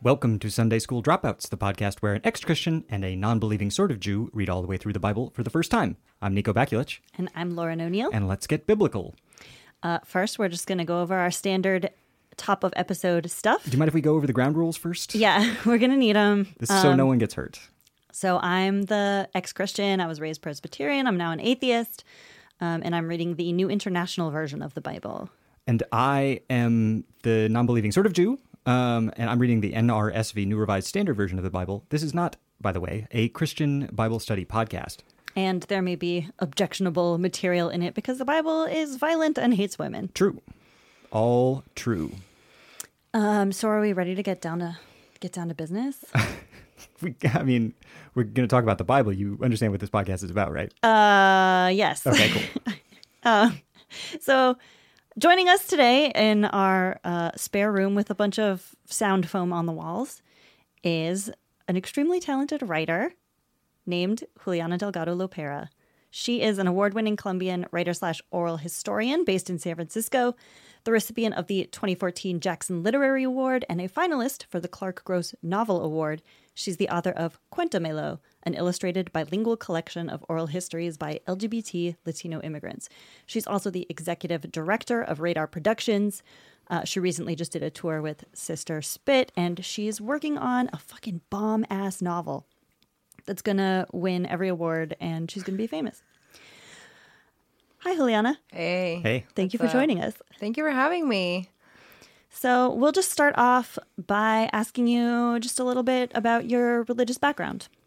Welcome to Sunday School Dropouts, the podcast where an ex Christian and a non believing sort of Jew read all the way through the Bible for the first time. I'm Nico Bakulich, And I'm Lauren O'Neill. and let's get biblical. Uh, first, we're just going to go over our standard top of episode stuff. Do you mind if we go over the ground rules first? Yeah, um, we're going to need them. This is so no one gets hurt. So, I'm the ex Christian. I was raised Presbyterian. I'm now an atheist. Um, and I'm reading the New International Version of the Bible. And I am the non believing sort of Jew, um, and I'm reading the NRSV, New Revised Standard Version of the Bible. This is not, by the way, a Christian Bible study podcast. And there may be objectionable material in it because the Bible is violent and hates women. True. All true. Um, so, are we ready to get down to get down to business? We, I mean, we're going to talk about the Bible. You understand what this podcast is about, right? Uh, yes. okay, cool. So, joining us today in our uh, spare room with a bunch of sound foam on the walls is an extremely talented writer named Juliana Delgado Lopera. She is an award winning Colombian writer slash oral historian based in San Francisco, the recipient of the 2014 Jackson Literary Award, and a finalist for the Clark Gross Novel Award. She's the author of Cuéntamelo, an illustrated bilingual collection of oral histories by LGBT Latino immigrants. She's also the executive director of Radar Productions. Uh, she recently just did a tour with Sister Spit, and she's working on a fucking bomb ass novel that's gonna win every award and she's gonna be famous. Hi, Juliana. Hey. Hey. Thank you for What's up? joining us. Thank you for having me. So, we'll just start off by asking you just a little bit about your religious background.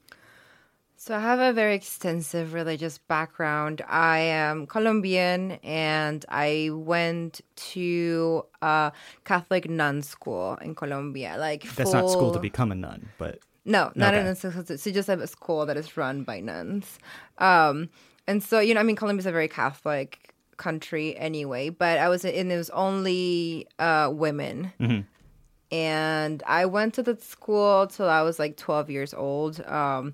So, I have a very extensive religious background. I am Colombian and I went to a Catholic nun school in Colombia. Like, That's not school to full- become a nun, but No, not Okay. in a school. It's just a school that is run by nuns. Um, and so, you know, I mean, Colombia's a very Catholic country anyway, but I was in, it was only uh, women. And I went to that school till I was like 12 years old. Um,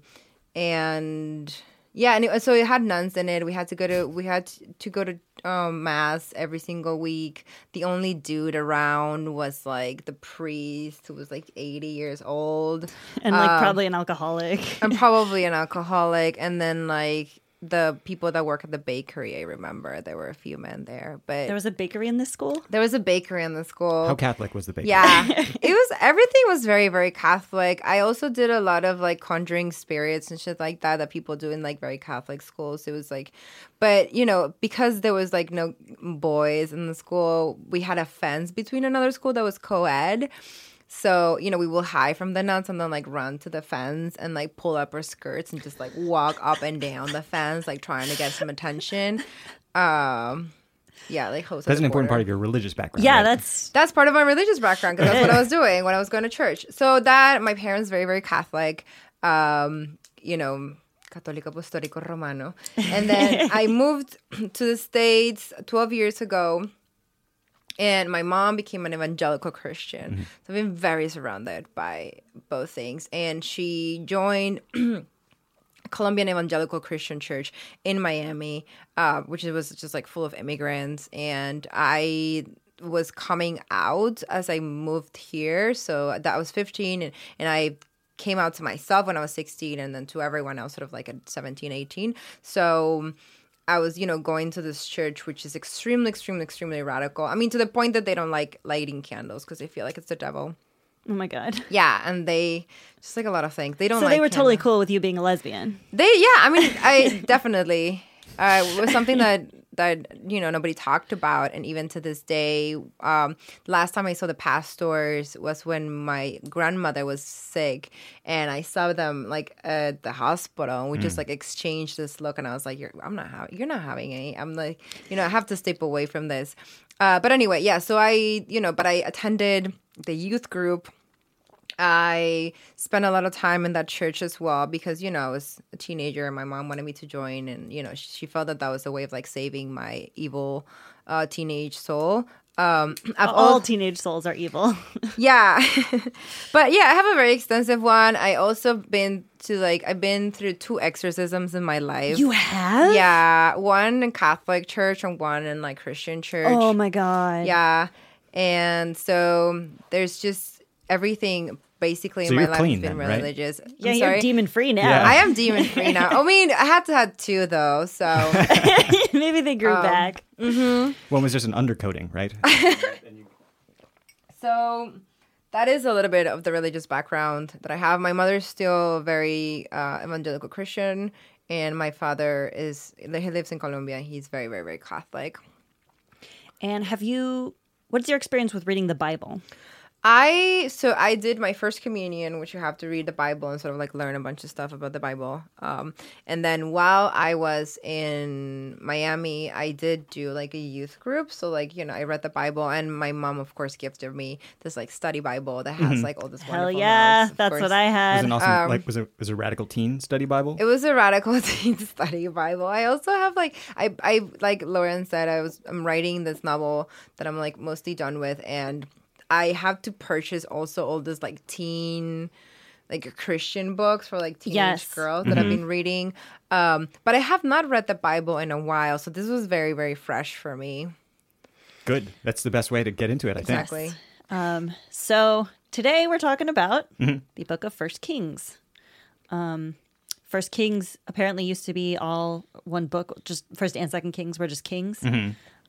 and yeah, and it, so it had nuns in it. We had to go to, we had to go to um, mass every single week. The only dude around was like the priest who was like 80 years old And, like, Um, probably an alcoholic. and probably an alcoholic and then like the people that work at the bakery i remember there were a few men there but There was a bakery in this school. there was a bakery in the school Oh. how Catholic was the baby? yeah it was everything was very very catholic i also did a lot of like conjuring spirits and shit like that that people do in like very catholic schools it was like but you know because there was like no boys in the school we had a fence between another school that was co-ed so you know we will hide from the nuns and then like run to the fence and like pull up our skirts and just like walk up and down the fence like trying to get some attention um yeah like host That's an important part of your religious background. Yeah, right? that's that's part of my religious background because that's what I was doing when I was going to church. So that my parents very very Catholic, um, you know, Católico Apostólico Romano, and then I moved to the states twelve years ago, and my mom became an evangelical Christian. So I've been very surrounded by both things, and she joined Colombian Evangelical Christian Church in Miami, uh, which was just like full of immigrants. And I was coming out as I moved here. So that was 15. And, and I came out to myself when I was 16 and then to everyone else, sort of like at 17, 18. So. I was, you know, going to this church, which is extremely, extremely, extremely radical. I mean, to the point that they don't like lighting candles because they feel like it's the devil. Oh my god. Yeah, and they just like a lot of things. They don't. So like they were totally candles. cool with you being a lesbian. They yeah, I mean I definitely uh, it was something that that you know nobody talked about, and even to this day, um, last time I saw the pastors was when my grandmother was sick, and I saw them like at the hospital, and we just like exchanged this look, and I was like, "You're I'm not having you're not having any." I'm like, you know, I have to step away from this. Uh, but anyway, yeah. So I you know, but I attended the youth group. I spent a lot of time in that church as well because you know I was a teenager and my mom wanted me to join and you know she, she felt that that was a way of like saving my evil uh, teenage soul. Um, I've All all teenage souls are evil. yeah, but yeah, I have a very extensive one. I also been to like I've been through two exorcisms in my life. have? yeah, one in Catholic church and one in like Christian church. Oh my god. Yeah. And so there's just everything basically So in my you're life clean has been then, right? religious. Yeah, I'm you're sorry. demon free now. Yeah. I am demon free now. I mean, I had to have two though, so Maybe they Um, grew back. One was just an undercoating, right? so that is a little bit of the religious background that I have. My mother's still very uh, evangelical Christian, and my father is he lives in Colombia. He's very, very, very Catholic. And have you what's your experience with reading the Bible? I so I did my first communion, which you have to read the Bible and sort of like learn a bunch of stuff about the Bible. Um, and then while I was in Miami, I did do like a youth group. So like you know, I read the Bible, and my mom, of course, gifted me this like study Bible that has like all this. Mm-hmm. Hell wonderful yeah, notes, of that's course. what I It was had. an awesome, like, was a was a radical teen study Bible. It was a radical teen study Bible. I also have like I I like Lauren said I was I'm writing this novel that I'm like mostly done with and I have to purchase also all this like teen like Christian books for like teenage Yes. girls that I've been reading. Um but I have not read the Bible in a while, so this was very very fresh for me. Good. That's the best way to get into it, I think. Exactly. Um, so today we're talking about the book of First Kings. Um, First Kings apparently used to be all one book, just First and Second Kings were just kings.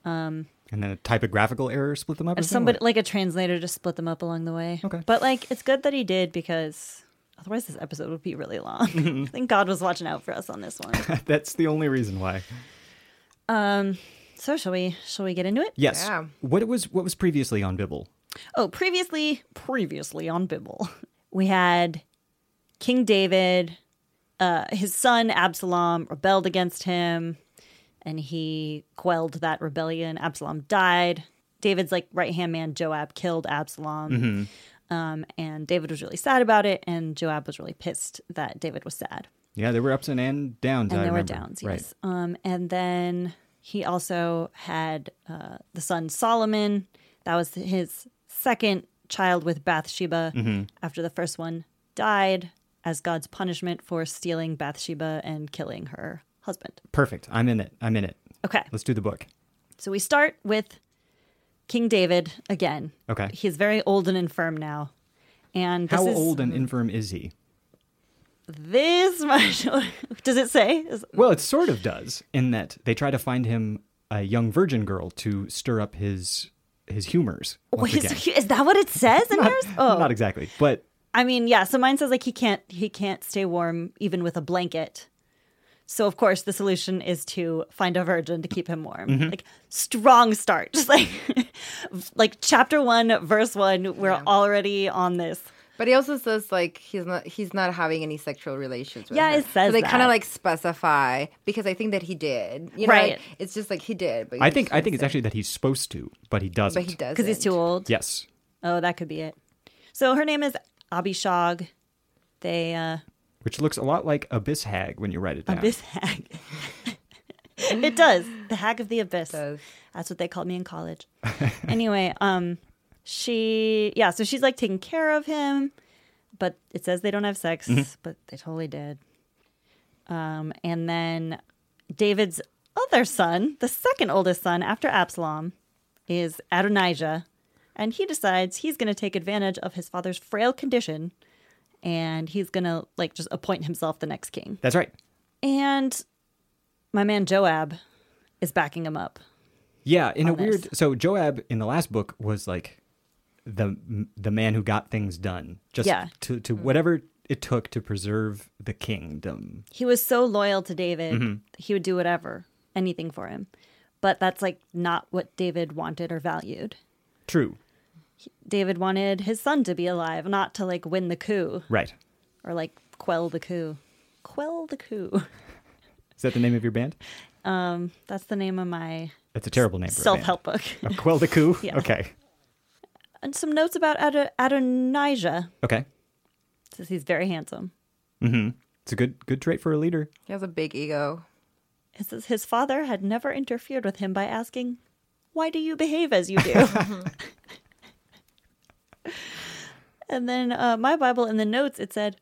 And then a typographical error split them up. or And something? somebody like a translator to split them up along the way. Okay. But like it's good that he did because otherwise this episode would be really long. I think God was watching out for us on this one. That's the only reason why. um so shall we shall we get into it? Yes. Yeah. What was what was previously on Bibble? Oh, previously, previously on Bibble, we had King David, uh, his son Absalom rebelled against him, and he quelled that rebellion. Absalom died. David's like right hand man Joab killed Absalom, um, and David was really sad about it, and Joab was really pissed that David was sad Yeah, there were ups and and downs. and I there were remember. downs Right. yes um and then he also had uh the son solomon that was his second child with bathsheba Mm-hmm. after the first one died as god's punishment for stealing bathsheba and killing her husband Perfect. I'm in it. I'm in it. okay Let's do the book. so we start with king david again Okay. he's very old and infirm now and this How is- mm. old and infirm is he? this much does it say Is- Well, it sort of does in that they try to find him a young virgin girl to stir up his his humors. Once is, again. is that what it says in yours oh Not exactly, but I mean, yeah. So mine says like he can't he can't stay warm even with a blanket. So of course the solution is to find a virgin to keep him warm. Like strong start, just like like chapter one, verse one. We're already on this. But he also says like he's not he's not having any sexual relations with Yeah, her. it says so they kind that. of like specify because I think that he did. You know, Right. like, it's just like he did. But I you think just I don't think it's say. actually that he's supposed to, but he doesn't. but he does because he's too old. Yes. Oh, that could be it. So her name is Abishag. They uh Which looks a lot like Abyss Hag when you write it down. abyss hag. it does the hag of the abyss. does. That's what they called me in college. anyway, um, she yeah, so she's like taking care of him, but it says they don't have sex, but they totally did. Um, and then David's other son, the second oldest son after Absalom, is Adonijah. And he decides he's going to take advantage of his father's frail condition and he's going to like just appoint himself the next king. That's right. And my man Joab is backing him up. Yeah, in a this. weird. So Joab in the last book was like the the man who got things done, just Yeah. to to whatever it took to preserve the kingdom. He was so loyal to David, he would do whatever, anything for him. But that's like not what David wanted or valued. True. David wanted his son to be alive, not to like win the coup Right. or like quell the coup. Quell the coup. Is that the name of your band? Um, that's the name of my That's a terrible name. for a band. self help book. Uh, Quell the coup. Okay. and some notes about Ad- Adonijah, Okay. says he's very handsome. It's a good good trait for a leader. He has a big ego. It says his father had never interfered with him by asking, Why do you behave as you do? and then uh, my Bible in the notes, it said,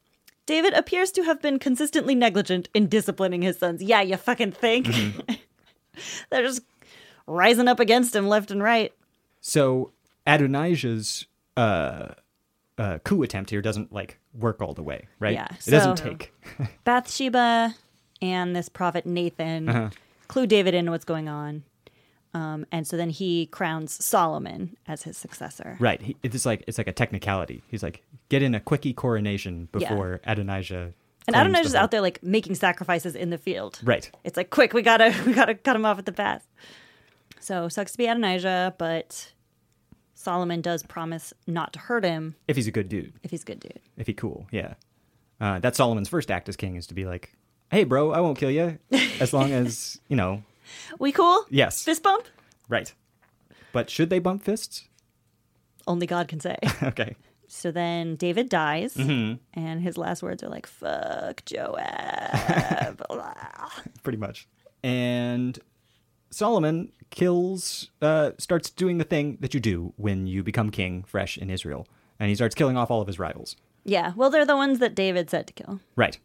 David appears to have been consistently negligent in disciplining his sons. Yeah, you fucking think. They're just rising up against him left and right. So Adonijah's uh, uh, coup attempt here doesn't like work all the way, right? Yeah, It doesn't so- take. Bathsheba and this prophet Nathan clue David in what's going on. Um, and so then he crowns Solomon as his successor. Right. He, it's like it's like a technicality. He's like, get in a quickie coronation Yeah. before Adonijah. And claims Adonijah's the whole- out there like making sacrifices in the field. Right. It's like quick, we gotta we gotta cut him off at the pass. So sucks to be Adonijah, but Solomon does promise not to hurt him If he's a good dude, if he's a good dude. if he cool, yeah. Uh, that's Solomon's first act as king is to be like, hey, bro, I won't kill you as long as you know. We cool? Yes. Fist bump? Right. But should they bump fists? Only God can say. okay. so then David dies, Mm-hmm. and his last words are like, fuck Joab. Blah. pretty much. And Solomon kills, uh, starts doing the thing that you do when you become king fresh in Israel. And he starts killing off all of his rivals. yeah, well, they're the ones that David said to kill. Right. He-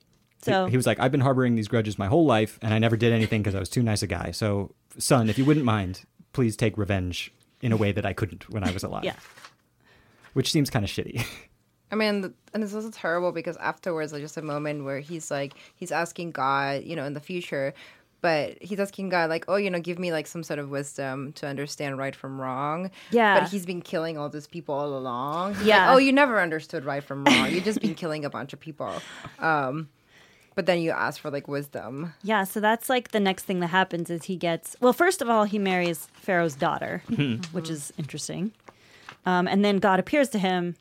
So- he, was like, I've been harboring these grudges my whole life, and I never did anything because I was too nice a guy. So, son, if you wouldn't mind, please take revenge in a way that I couldn't when I was alive. Yeah. Which seems kind of shitty. I mean, th- and this was terrible because afterwards, there's just a moment where he's like, he's asking God, you know, in the future, but he's asking God, like, oh, you know, give me like some sort of wisdom to understand right from wrong. Yeah. But he's been killing all these people all along. He's like, Yeah. oh, you never understood right from wrong. You've just been killing a bunch of people. Um, but then you ask for like wisdom. Yeah, so that's like the next thing that happens is he gets well. First of all, he marries Pharaoh's daughter, which is interesting, um, and then God appears to him,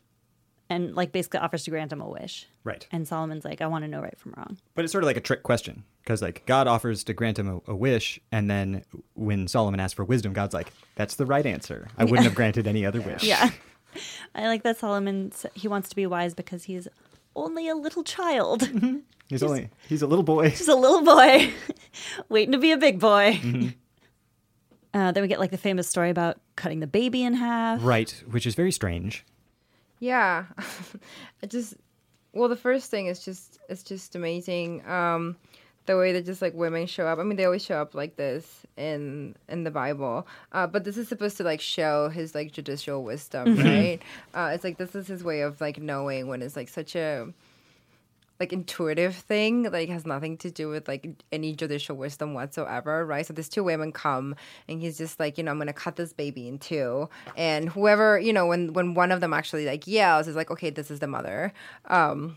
and like basically offers to grant him a wish. right. And Solomon's like, "I want to know right from wrong." But it's sort of like a trick question because, like, God offers to grant him a, a wish, and then when Solomon asks for wisdom, God's like, "That's the right answer. I wouldn't have granted any other wish." Yeah, I like that Solomon. s- He wants to be wise because he's only a little child, he's only he's a little boy. just a little boy waiting to be a big boy. Uh, then we get like the famous story about cutting the baby in half. Right, which is very strange. Yeah. I just well the first thing is just it's just amazing. Um the way that just like women show up. I mean they always show up like this in in the Bible. Uh but this is supposed to like show his like judicial wisdom, right? Uh it's like this is his way of like knowing when it's like such a like intuitive thing like has nothing to do with like any judicial wisdom whatsoever right so these two women come and he's just like you know i'm gonna cut this baby in two and whoever you know when when one of them actually like yells is like okay this is the mother um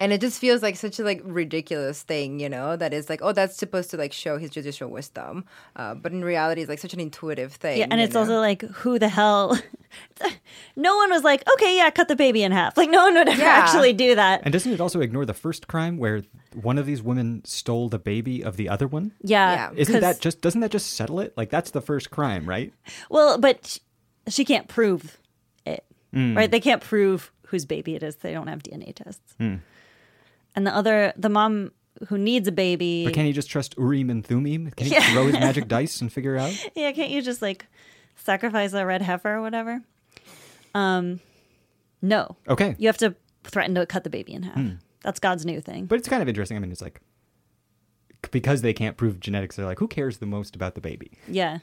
and it just feels like such a like ridiculous thing you know that is like oh that's supposed to like show his judicial wisdom uh, but in reality it's like such an intuitive thing Yeah, and you it's know? also like, who the hell? no one was like, okay, yeah, cut the baby in half. Like, no one would ever Yeah. actually do that. And doesn't it also ignore the first crime where one of these women stole the baby of the other one? yeah. Yeah. Isn't 'cause- that just doesn't that just settle it? Like that's the first crime, right? Well, but she, she can't prove it, right? They can't prove whose baby it is. They don't have DNA tests. And the other, the mom who needs a baby. But can he just trust Urim and Thummim? Can he throw his magic dice and figure out? yeah, can't you just like sacrifice a red heifer or whatever? Um, No. Okay. Hmm. You have to threaten to cut the baby in half. That's God's new thing. But it's kind of interesting. I mean, it's like because they can't prove genetics, they're like, who cares the most about the baby? Yeah.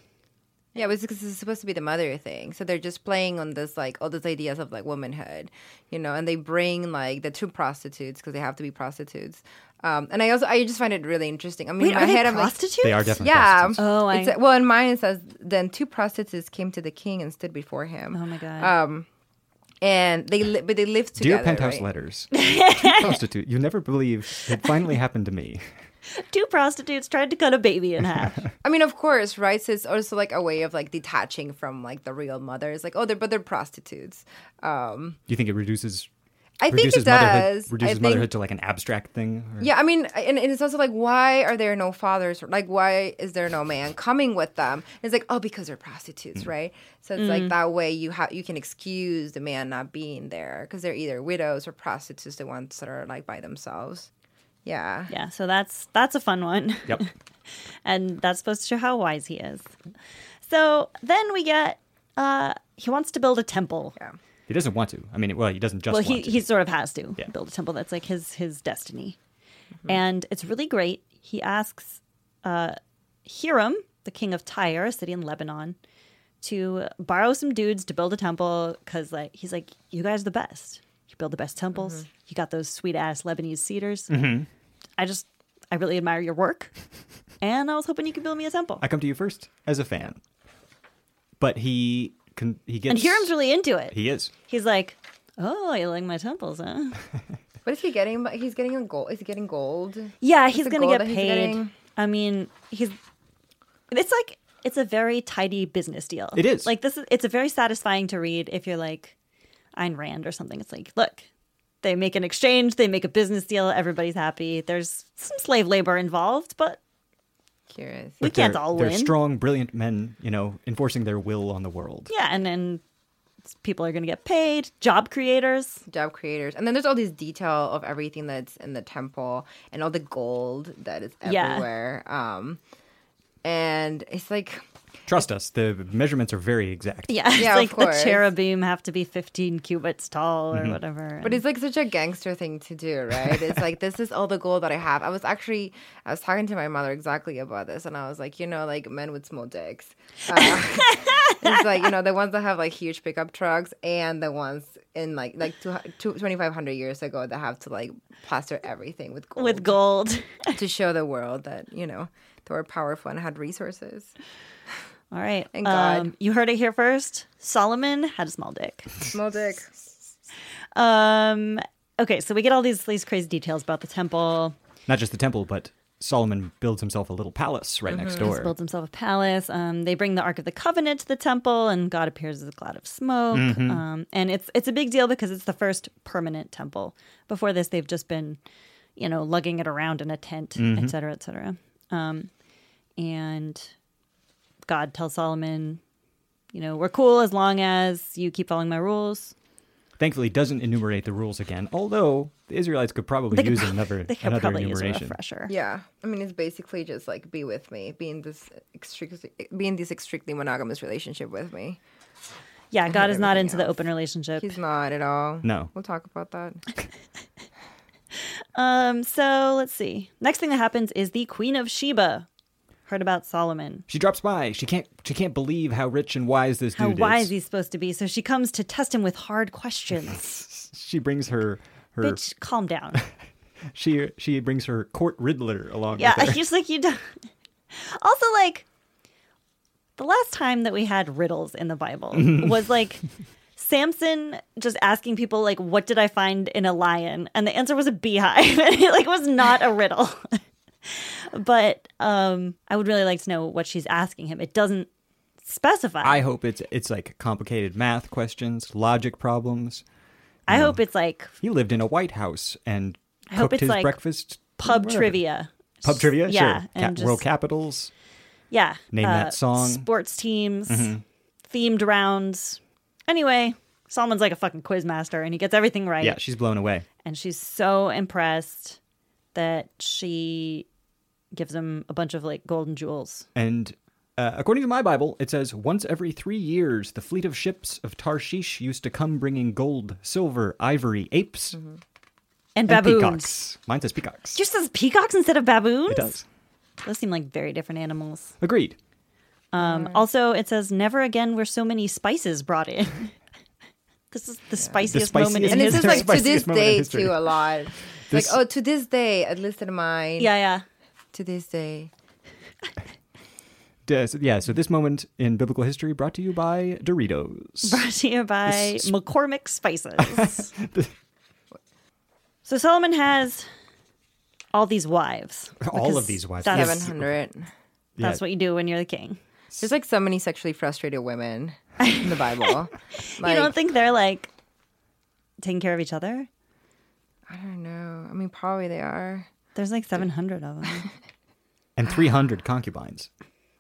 Yeah, but because it's supposed to be the mother thing, so they're just playing on this like all these ideas of like womanhood, you know. And they bring like the two prostitutes because they have to be prostitutes. Um, and I also I just find it really interesting. I mean, Wait, in my are they head, I'm like, prostitutes? They are definitely yeah. prostitutes. Oh, I- It's- well, in mine it says then two prostitutes came to the king and stood before him. Oh my god. Um, and they li- but they lived together. Dear Penthouse right? letters, Two prostitute, you never believe it finally happened to me. Two prostitutes tried to cut a baby in half. I mean, of course, right? So it's also like a way of like detaching from like the real mother. It's like, oh, they're but they're prostitutes. Um, Do you think it reduces? I think reduces it Motherhood, does. reduces I think, motherhood to like an abstract thing. Or, Yeah, I mean, and, and it's also like, why are there no fathers? Like, why is there no man coming with them? it's like, oh, because they're prostitutes, right? So it's like that way you have you can excuse the man not being there because they're either widows or prostitutes, the ones that are like by themselves. Yeah. yeah, so that's that's a fun one. Yep. and that's supposed to show how wise he is. So then we get uh he wants to build a temple. Yeah. He doesn't want to. I mean, well, he doesn't just well, he want to. he sort of has to Yeah. Mm-hmm. build a temple. That's like his his destiny, and it's really great. He asks uh, Hiram, the king of Tyre, a city in Lebanon, to borrow some dudes to build a temple because like he's like, you guys are the best. You build the best temples. Mm-hmm. You got those sweet ass Lebanese cedars. I just I really admire your work, and I was hoping you could build me a temple. I come to you first as a fan. But he con- he gets and Hiram's really into it. he is. He's like, oh, you like my temples, huh? What is he getting? But he's getting a gold. Is he getting gold? Yeah, he's the gonna goal get that he's paid. getting? I mean, he's. It's like it's a very tidy business deal. It is. like this. Is, it's a very satisfying to read if you're like Ayn Rand or something. It's like, look, they make an exchange, they make a business deal, everybody's happy. There's some slave labor involved, but Curious. we they're, can't all they're win. strong, brilliant men, you know, enforcing their will on the world. Yeah, and then people are gonna get paid. Job creators. job creators and then there's all these detail of everything that's in the temple and all the gold that is Yeah. everywhere um and it's like Trust us, the measurements are very exact. Yeah, it's Yeah, of like the course. cherubim have to be 15 cubits tall Mm-hmm. or whatever. but it's like such a gangster thing to do right it's like this is all the gold that i have i was actually i was talking to my mother exactly about this and i was like you know like men with small dicks uh, it's like you know the ones that have like huge pickup trucks and the ones in like like two, two, 2500 years ago that have to like plaster everything with gold with gold. to show the world that you know they were powerful and had resources. All right. Um, Thank God. you heard it here first. Solomon had a small dick. Small dick. Um, okay, so we get all these these crazy details about the temple. Not just the temple, but Solomon builds himself a little palace right next Mm-hmm. door. Builds himself a palace. Um, they bring the Ark of the Covenant to the temple, and God appears as a cloud of smoke. Um, and it's it's a big deal because it's the first permanent temple. Before this, they've just been, you know, lugging it around in a tent, et cetera, et cetera. Um, and God tells Solomon, you know, we're cool as long as you keep following my rules. Thankfully, doesn't enumerate the rules again. Although the Israelites could probably could use prob- another they could another probably use a enumeration. refresher. Yeah, I mean it's basically just like be with me, be in this strictly, be in this strictly monogamous relationship with me. Yeah, God is not everything into the open relationship. He's not at all. No. we'll talk about that. Um, so let's see. Next thing that happens is the Queen of Sheba heard about Solomon. She drops by. She can't. She can't believe how rich and wise this How dude wise is. he's supposed to be. So she comes to test him with hard questions. She brings her her Bitch, calm down. she she brings her court riddler along. Yeah, with her. he's like you don't. Also, like the last time that we had riddles in the Bible Mm-hmm. was like Samson just asking people like, "What did I find in a lion?" and the answer was a beehive, and it like was not a riddle. but um, I would really like to know what she's asking him. It doesn't specify. I hope it's it's like complicated math questions, logic problems. I hope it's like He lived in a White House and I hope cooked it's his like breakfast. pub wherever. trivia. Pub trivia, yeah, sure. and Ca- World just- capitals. Yeah. uh, Name that song. Mm-hmm. Sports teams, themed rounds. Anyway, Solomon's like a fucking quiz master and he gets everything right. Yeah, she's blown away. And she's so impressed that she gives him a bunch of like golden jewels. And uh, according to my Bible, it says once every three years, the fleet of ships of Tarshish used to come bringing gold, silver, ivory, apes, And and baboons. peacocks. Mine says peacocks. Just says peacocks instead of baboons? It does. Those seem like very different animals. Agreed. Mm-hmm. Um, Also, it says never again were so many spices brought in. this is the spiciest moment spiciest- in And this history. is like to this Spiciest moment in day history. too a lot. This- like oh, to this day at least in mine. yeah, yeah. To this day. D- so- yeah, so this moment in biblical history brought to you by Doritos. Brought to you by This- McCormick Spices. so Solomon has all these wives. All of because these wives. That's, Seven hundred. that's what you do when you're the king. There's like so many sexually frustrated women in the Bible. Like you don't think they're like taking care of each other? I don't know. I mean probably they are. There's like 700 of them. And 300 concubines.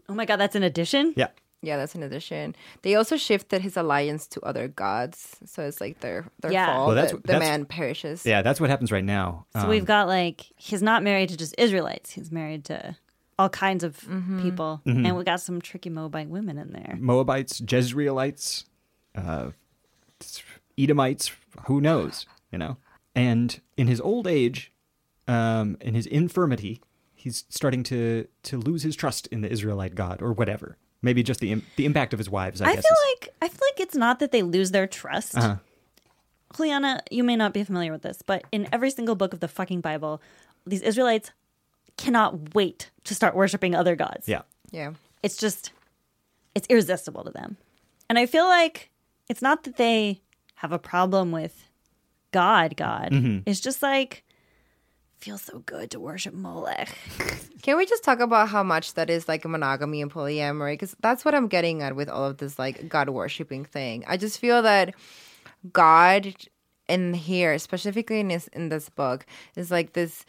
oh my god, that's an addition. Yeah. Yeah, that's an addition. They also shifted his alliance to other gods, so it's like their their Yeah. fall. Well, that's- that the that's- man perishes. Yeah, that's what happens right now. So Um, we've got like he's not married to just Israelites. He's married to all kinds of people, Mm-hmm. and we got some tricky Moabite women in there. Moabites, Jezreelites, uh, Edomites, who knows, you know? And in his old age, um, in his infirmity, he's starting to, to lose his trust in the Israelite God or whatever. Maybe just the, im- the impact of his wives, I, I guess. Uh-huh. feel is- like I feel like it's not that they lose their trust. Juliana, you may not be familiar with this, but in every single book of the fucking Bible, these Israelites cannot wait to start worshiping other gods. yeah. Yeah. It's just it's irresistible to them. And I feel like it's not that they have a problem with God, God. Mm-hmm. It's just like feels so good to worship Molech. Can we just talk about how much that is like monogamy and polyamory? Because that's what I'm getting at with all of this like God worshiping thing. I just feel that God in here, specifically in this in this book, is like this,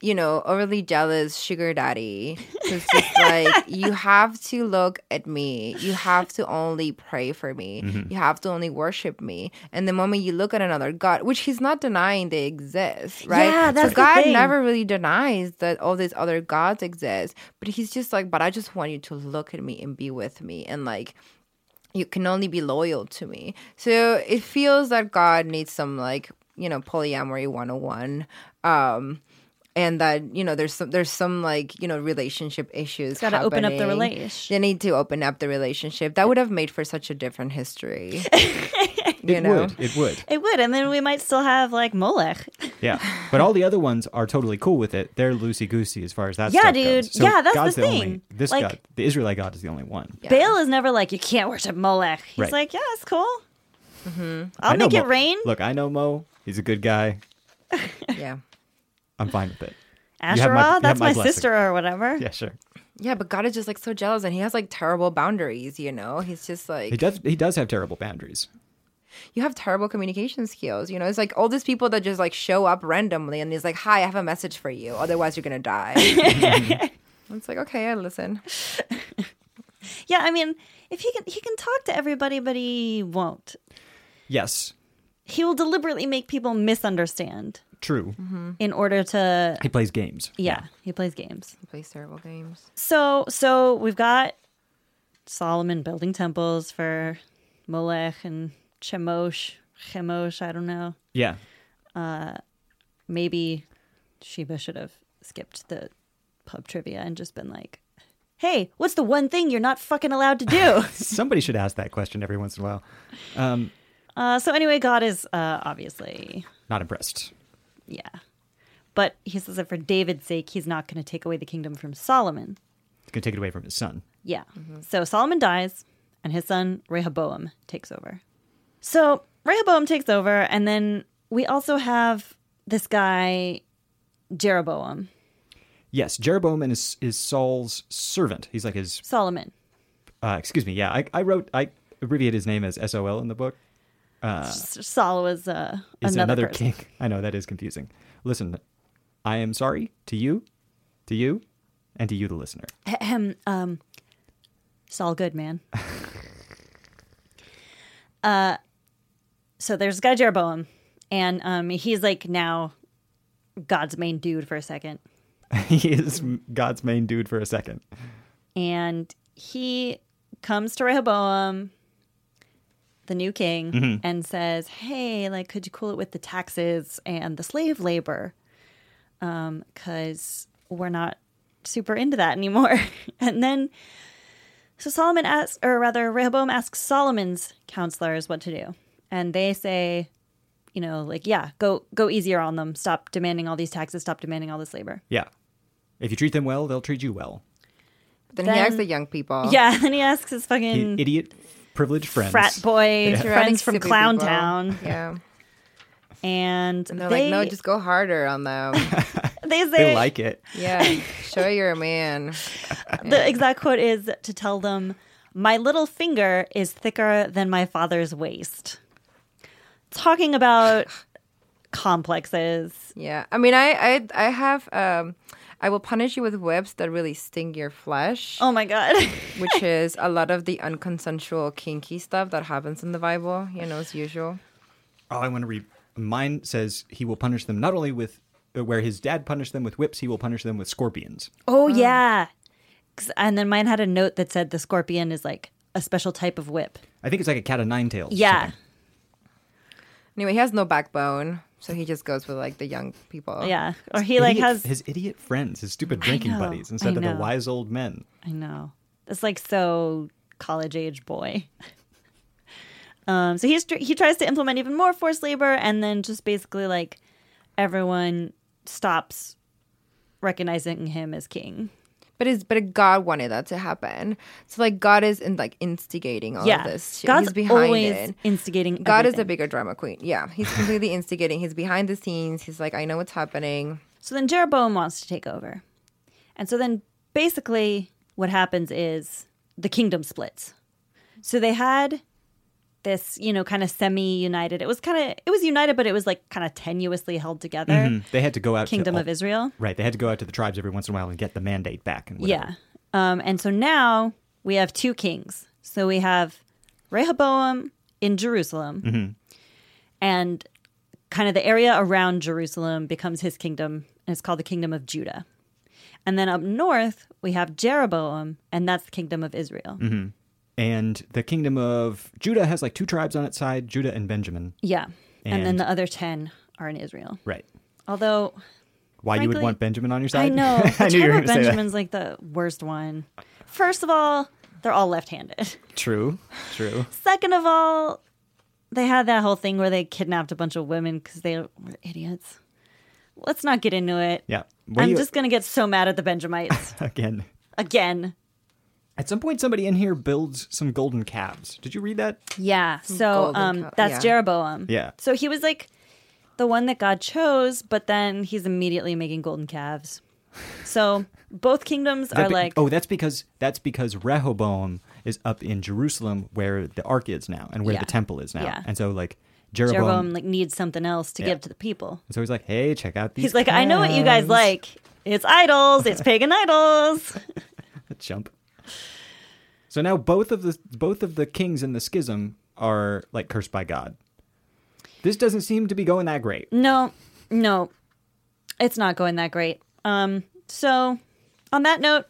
you know, overly jealous sugar daddy. It's just like you have to look at me. You have to only pray for me. Mm-hmm. You have to only worship me. And the moment you look at another God, which he's not denying they exist, right? Yeah, that's so the God thing. never never really denies that all these other gods exist, but he's just like, but I just want you to look at me and be with me and like you can only be loyal to me. So it feels that God needs some like, you know, polyamory 101. Um and that, you know, there's some there's some like, you know, relationship issues. gotta open up the happening. relation. They need to open up the relationship. That would have made for such a different history. you it know. would. It would. It would, and then we might still have like Molech. Yeah. But all the other ones are totally cool with it. They're loosey goosey as far as that Yeah, stuff dude. goes. So Yeah, that's the God's the, Only, thing. this Like- God, the Israelite God is the only one. Baal is never like, you can't worship Molech. He's Right. like, yeah, it's cool. I I'll know make it Mo- rain. Look, I know Mo. He's a good guy. yeah. I'm fine with it. you have Asherah, my- you have that's my my, blessing. sister or whatever. Yeah, sure. Yeah, but God is just like so jealous and he has like terrible boundaries, you know? He's just like He does. He does have terrible boundaries. you have terrible communication skills. You know, it's like all these people that just like show up randomly and he's like, Hi, I have a message for you. Otherwise, you're going to die. it's like, okay, I listen. Yeah, I mean, if he can, he can talk to everybody, but he won't. Yes, He will deliberately make people misunderstand true. in order to. He plays games. Yeah, he plays games. He plays terrible games. So, so we've got Solomon building temples for Molech and Chemosh. Chemosh, I don't know. Yeah, maybe Sheba should have skipped the pub trivia and just been like, "Hey, what's the one thing you're not fucking allowed to do?" somebody should ask that question every once in a while. uh, so anyway, God is uh, obviously, Not impressed. yeah, but he says that for David's sake, he's not going to take away the kingdom from Solomon. He's gonna take it away from his son. Yeah. So Solomon dies, and his son Rehoboam takes over. So Rehoboam takes over, and then we also have this guy Jeroboam, Yes, Jeroboam is is Saul's servant. He's like his. Solomon. Uh, excuse me. Yeah, I, I wrote. I abbreviated his name as Sol in the book. Saul was uh, Is another, another person. king. I know that is confusing. Listen, I am sorry to you, to you, and to you, the listener. Ahem, um, it's all good, man. uh, so there's this guy Jeroboam, and um, he's like now God's main dude for a second, he is God's main dude for a second. and he comes to Rehoboam, the new king, and says, "Hey, like, could you cool it with the taxes and the slave labor? Because Um, we're not super into that anymore. and then, so Solomon asks, or rather, Rehoboam asks Solomon's counselors what to do, and they say, you know, like, yeah, go go easier on them. Stop demanding all these taxes. Stop demanding all this labor. Yeah. If you treat them well, they'll treat you well. Then, Then- he asks the young people. Yeah, and he asks his I- fucking Idiot privileged friends. Mm. frat boy Surrounding friends from Sippy Clown people. Town, Yeah. and, And they're they like, no, just go harder on them. they say They like it. yeah. Show you're a man. the exact quote is to tell them, "My little finger is thicker than my father's waist." Talking about complexes. Yeah. I mean, I, I, I have, um, I will punish you with whips that really sting your flesh, Oh my god. which is a lot of the unconsensual, kinky stuff that happens in the Bible, you know, as usual. Oh, I want to read. Mine says he will punish them not only with uh, where his dad punished them with whips, he will punish them with scorpions. Oh Mm. yeah. 'Cause- And then mine had a note that said the scorpion is like a special type of whip. I think it's like a cat of nine tails. or Yeah. something. Anyway, he has no backbone, so he just goes with like the young people. Yeah. Or he like Idiot- has his idiot friends, his stupid drinking know, buddies, I instead of the know. wise old men. I know. It's like so college age boy. um, so he's tr- he tries to implement even more forced labor, and then just basically like everyone stops recognizing him as king. But it's but God wanted that to happen. So like God is in like instigating all yeah, of this shit. God's He's behind always it. instigating. God is the everything. bigger drama queen. Yeah. He's completely instigating. He's behind the scenes. He's like, I know what's happening. So then Jeroboam wants to take over, and so then basically what happens is the kingdom splits. So they had this, you know, kind of semi-united. It was kind of it was united, but it was like kind of tenuously held together. Mm, They had to go out Kingdom to all- of Israel. Right, they had to go out to the tribes every once in a while and get the mandate back. And whatever. Yeah. Um, and so now we have two kings. So we have Rehoboam in Jerusalem, Mm-hmm. and kind of the area around Jerusalem becomes his kingdom, and it's called the Kingdom of Judah. And then up north, we have Jeroboam, and that's the Kingdom of Israel. Mm-hmm. and the kingdom of Judah has like two tribes on its side, Judah and Benjamin. Yeah. And, then And- the other 10 are in Israel. Right. Although, Why you would Frankly, want Benjamin on your I side? know, the I knew you were tribe of going to say that. Benjamin's like the worst one. First of all, they're all left handed. True. True. Second of all, they had that whole thing where they kidnapped a bunch of women because they were idiots. Let's not get into it. Yeah. What do I'm you- just gonna get so mad at the Benjamites again. again. At some point, somebody in here builds some golden calves. Did you read that? Yeah. So golden um, cow- that's yeah. Jeroboam. Yeah. So he was like the one that God chose, but then he's immediately making golden calves. So both kingdoms That are be- like oh, that's because that's because Rehoboam is up in Jerusalem, where the Ark is now, and where Yeah. the Temple is now, Yeah. and so like Jeroboam, Jeroboam like needs something else to Yeah. give to the people. so he's like, hey, check out these. He's like, I know what you guys calves." like. It's idols. It's pagan idols. Jump. So now both of the both of the kings in the schism are like cursed by God. This doesn't seem to be going that great. No, no, it's not going that great. Um, so on that note,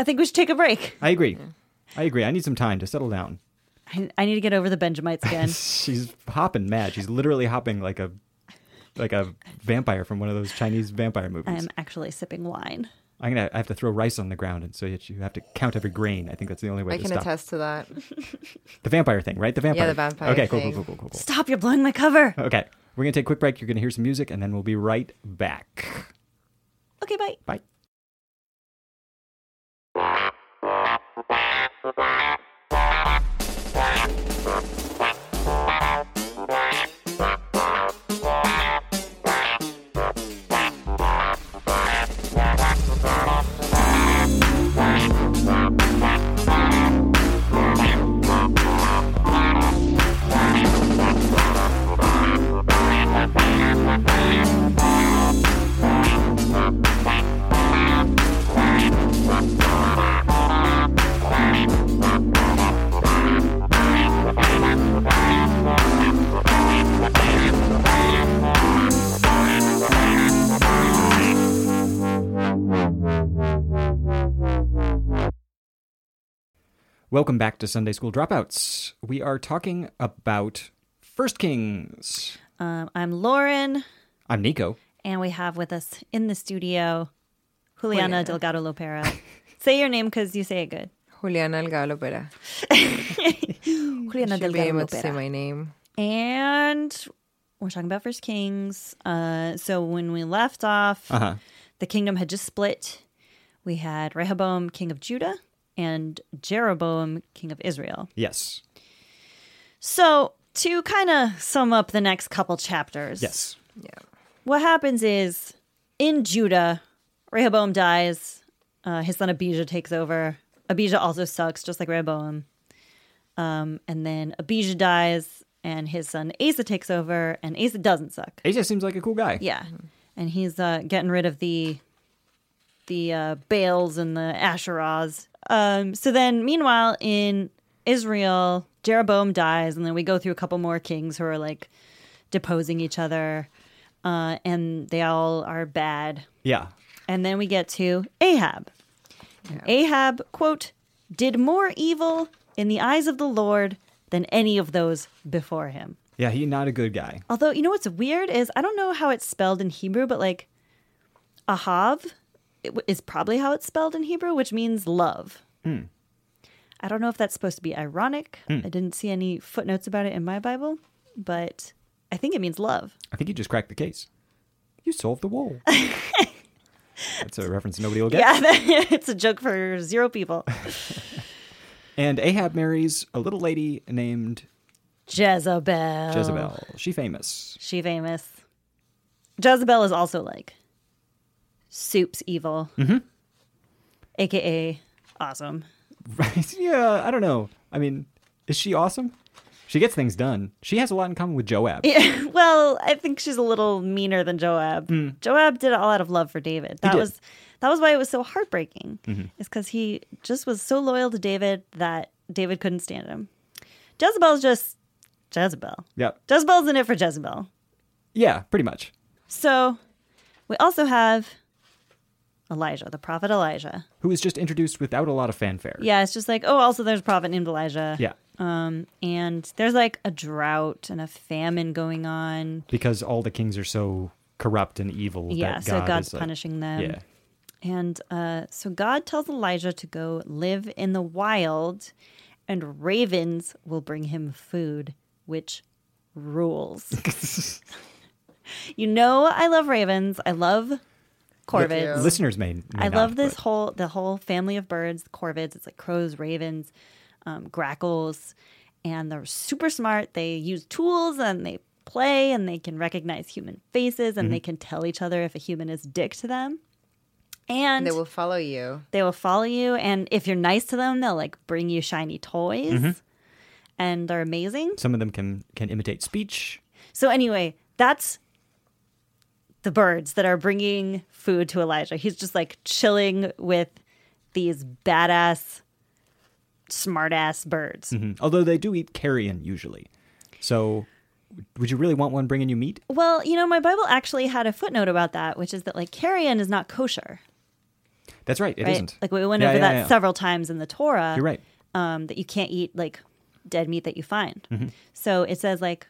I think we should take a break. I agree. I agree. I need some time to settle down. I, I need to get over the Benjamites again. She's hopping mad. She's literally hopping like a like a vampire from one of those Chinese vampire movies. I'm actually sipping wine. I'm gonna I have to throw rice on the ground, and so you have to count every grain. I think that's the only way I to can stop attest to that. the vampire thing, right? The vampire. the vampire Okay, cool, thing. cool, cool, cool, cool, cool. Stop! You're blowing my cover. Okay, we're gonna take a quick break. You're gonna hear some music, and then we'll be right back. Okay, bye. Bye. Welcome back to Sunday School Dropouts. We are talking about First Kings. Um, I'm Lauren, I'm Nico. and we have with us in the studio Juliana Juliana. Delgado Lopera. say your name because you say it good. Juliana Algalo Pera. Juliana Should be able to say my name. And we're talking about First Kings. Uh, so when we left off, Uh huh. the kingdom had just split. We had Rehoboam, king of Judah, and Jeroboam, king of Israel. Yes. So to kind of sum up the next couple chapters, Yes. Yeah. what happens is in Judah, Rehoboam dies. Uh, his son Abijah takes over. Abijah also sucks, just like Rehoboam. Um, and then Abijah dies, and his son Asa takes over, and Asa doesn't suck. Asia seems like a cool guy. Yeah, and he's uh, getting rid of the the uh, Baals and the Asherahs. Um, so then, meanwhile, in Israel, Jeroboam dies, and then we go through a couple more kings who are like deposing each other, uh, and they all are bad. Yeah. And then we get to Ahab. And Ahab, quote, did more evil in the eyes of the Lord than any of those before him. Yeah. He not a good guy. Although, you know what's weird is I don't know how it's spelled in Hebrew, but like Ahav it w- is probably how it's spelled in Hebrew, which means love. I don't know if that's supposed to be ironic. I didn't see any footnotes about it in my Bible, but I think it means love. I think you just cracked the case. You solved the wall. That's a reference nobody will get. Yeah, it's a joke for zero people. And Ahab marries a little lady named Jezebel. Jezebel. She famous. She famous. Jezebel is also like Soup's evil, mm-hmm. aka awesome. Right? yeah. I don't know. I mean, is she awesome? She gets things done. She has a lot in common with Joab. Yeah, well, I think she's a little meaner than Joab. Joab did it all out of love for David. That Hmm. did. Mm-hmm. was that was why it was so heartbreaking. Is because he just was so loyal to David that David couldn't stand him. Jezebel's just Jezebel. Yep. Jezebel's in it for Jezebel. Yeah. Pretty much. So we also have Elijah, the prophet Elijah. Who was just introduced without a lot of fanfare. Yeah, it's just like, oh, also there's a prophet named Elijah. Yeah. Um, and there's like a drought and a famine going on. Because all the kings are so corrupt and evil. yeah, That so God God's is like- punishing them. Yeah. And uh, so God tells Elijah to go live in the wild, and ravens will bring him food, which rules. you know, I love ravens. I love corvids. Listeners may. may I not, love this but- whole the whole family of birds, the corvids. It's like crows, ravens, um, grackles, and they're super smart. They use tools and they play and they can recognize human faces and they Mm-hmm. can tell each other if a human is dick to them. And They will follow you. they will follow you and if you're nice to them, they'll like bring you shiny toys. Mm-hmm. And they're amazing. Some of them can can imitate speech. So anyway, that's the birds that are bringing food to Elijah. He's just like chilling with these badass, smartass birds. Mhm. Although they do eat carrion usually. So w- would you really want one bringing you meat? Well, you know, my Bible actually had a footnote about that, which is that like carrion is not kosher, That's right. It right? not Like we went Yeah, over yeah, that yeah. several times in the Torah. You're right. um, that you can't eat like dead meat that you find. So it says like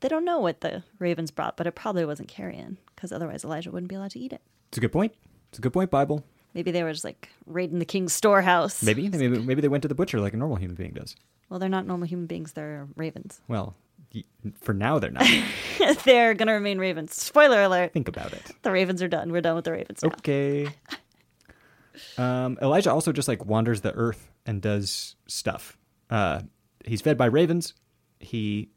they don't know what the ravens brought, but it probably wasn't carrion because otherwise Elijah wouldn't be allowed to eat it. It's a good point. It's a good point, Bible. Maybe they were just like raiding the king's storehouse. Maybe they- maybe maybe they went to the butcher like a normal human being does. Well, they're not normal human beings; they're ravens. Well, y- for now they're not. they're gonna remain ravens. Spoiler alert: Think about it. the ravens are done. We're done with the ravens. Oh. Now. Okay. Um, Elijah also just like wanders the earth and does stuff. Uh, he's fed by ravens. He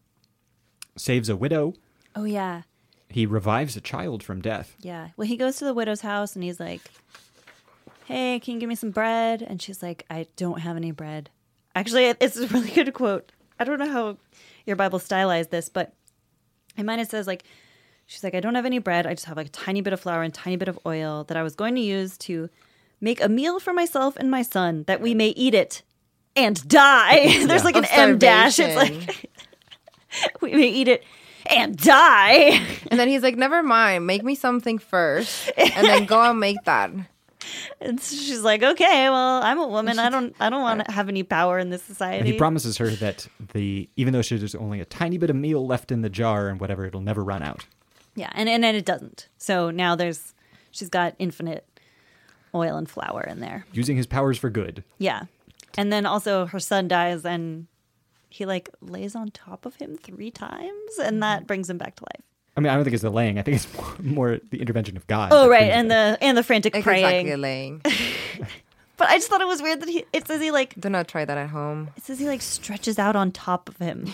saves a widow. Oh yeah, He revives a child from death. yeah. Well, he goes to the widow's house and he's like, "Hey, can you give me some bread?" And she's like, "I don't have any bread." Actually, it- it's a really good quote. I don't know how your Bible stylized this, but in mine it says like, she's like, "I don't have any bread. I just have like a tiny bit of flour and tiny bit of oil that I was going to use to make a meal for myself and my son that we may eat it and die." There's like an Of M dash. It's starvation. like we may eat it and die. And then he's like, never mind, make me something first. And then go and make that. And so she's like, "Okay, well, I'm a woman. I don't, I don't want to have any power in this And society." he promises her that the even though she there's only a tiny bit of meal left in the jar and whatever, it'll never run out. yeah, and and then it doesn't. So now there's, she's got infinite oil and flour in there. using his powers for good. Yeah. And then also her son dies and he like lays on top of him three times and that brings him back to life. I mean, I don't think it's the laying. I think it's more, more the intervention of God. Oh that right, brings and it. the and the frantic It's praying. exactly laying. But I just thought it was weird that he it says he like Do not try that at home. it says he like stretches out on top of him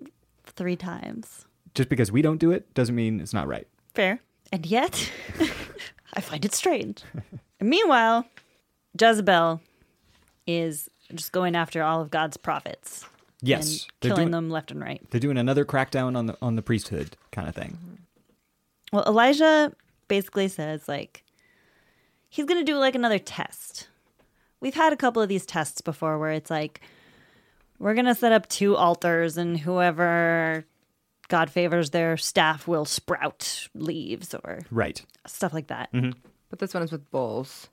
three times. just because we don't do it doesn't mean it's not right. Fair. And yet I find it strange. And meanwhile, Jezebel is just going after all of God's prophets. Yes, And killing doing, them left and right. They're doing another crackdown on the on the priesthood kind of thing. Mm-hmm. Well, Elijah basically says like he's going to do like another test. We've had a couple of these tests before where it's like we're going to set up two altars and whoever God favors their staff will sprout leaves or Right. stuff like that. Mm-hmm. But this one is with bowls.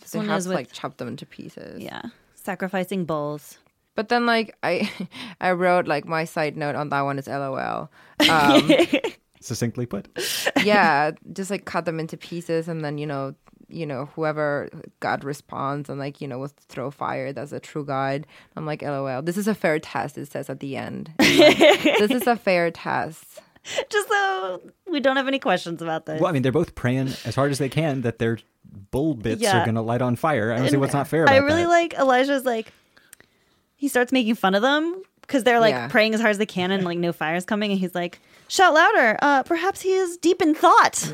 This So they one have is to with like chop them into pieces. yeah, sacrificing bulls. But then like I I wrote like my side note on that one is LOL. Um, Succinctly put. yeah, just like cut them into pieces and then you know you know whoever God responds and like you know was to throw fire. That's a true God. I'm like LOL. This is a fair test. It says at the end. this is a fair test. Just so we don't have any questions about this. Well, I mean, they're both praying as hard as they can that their bull bits are Yeah. going to light on fire. I don't see what's not fair about I really that. like Elijah's like he starts making fun of them because they're like Yeah. praying as hard as they can and like no fire's coming and he's like shout louder uh perhaps he is deep in thought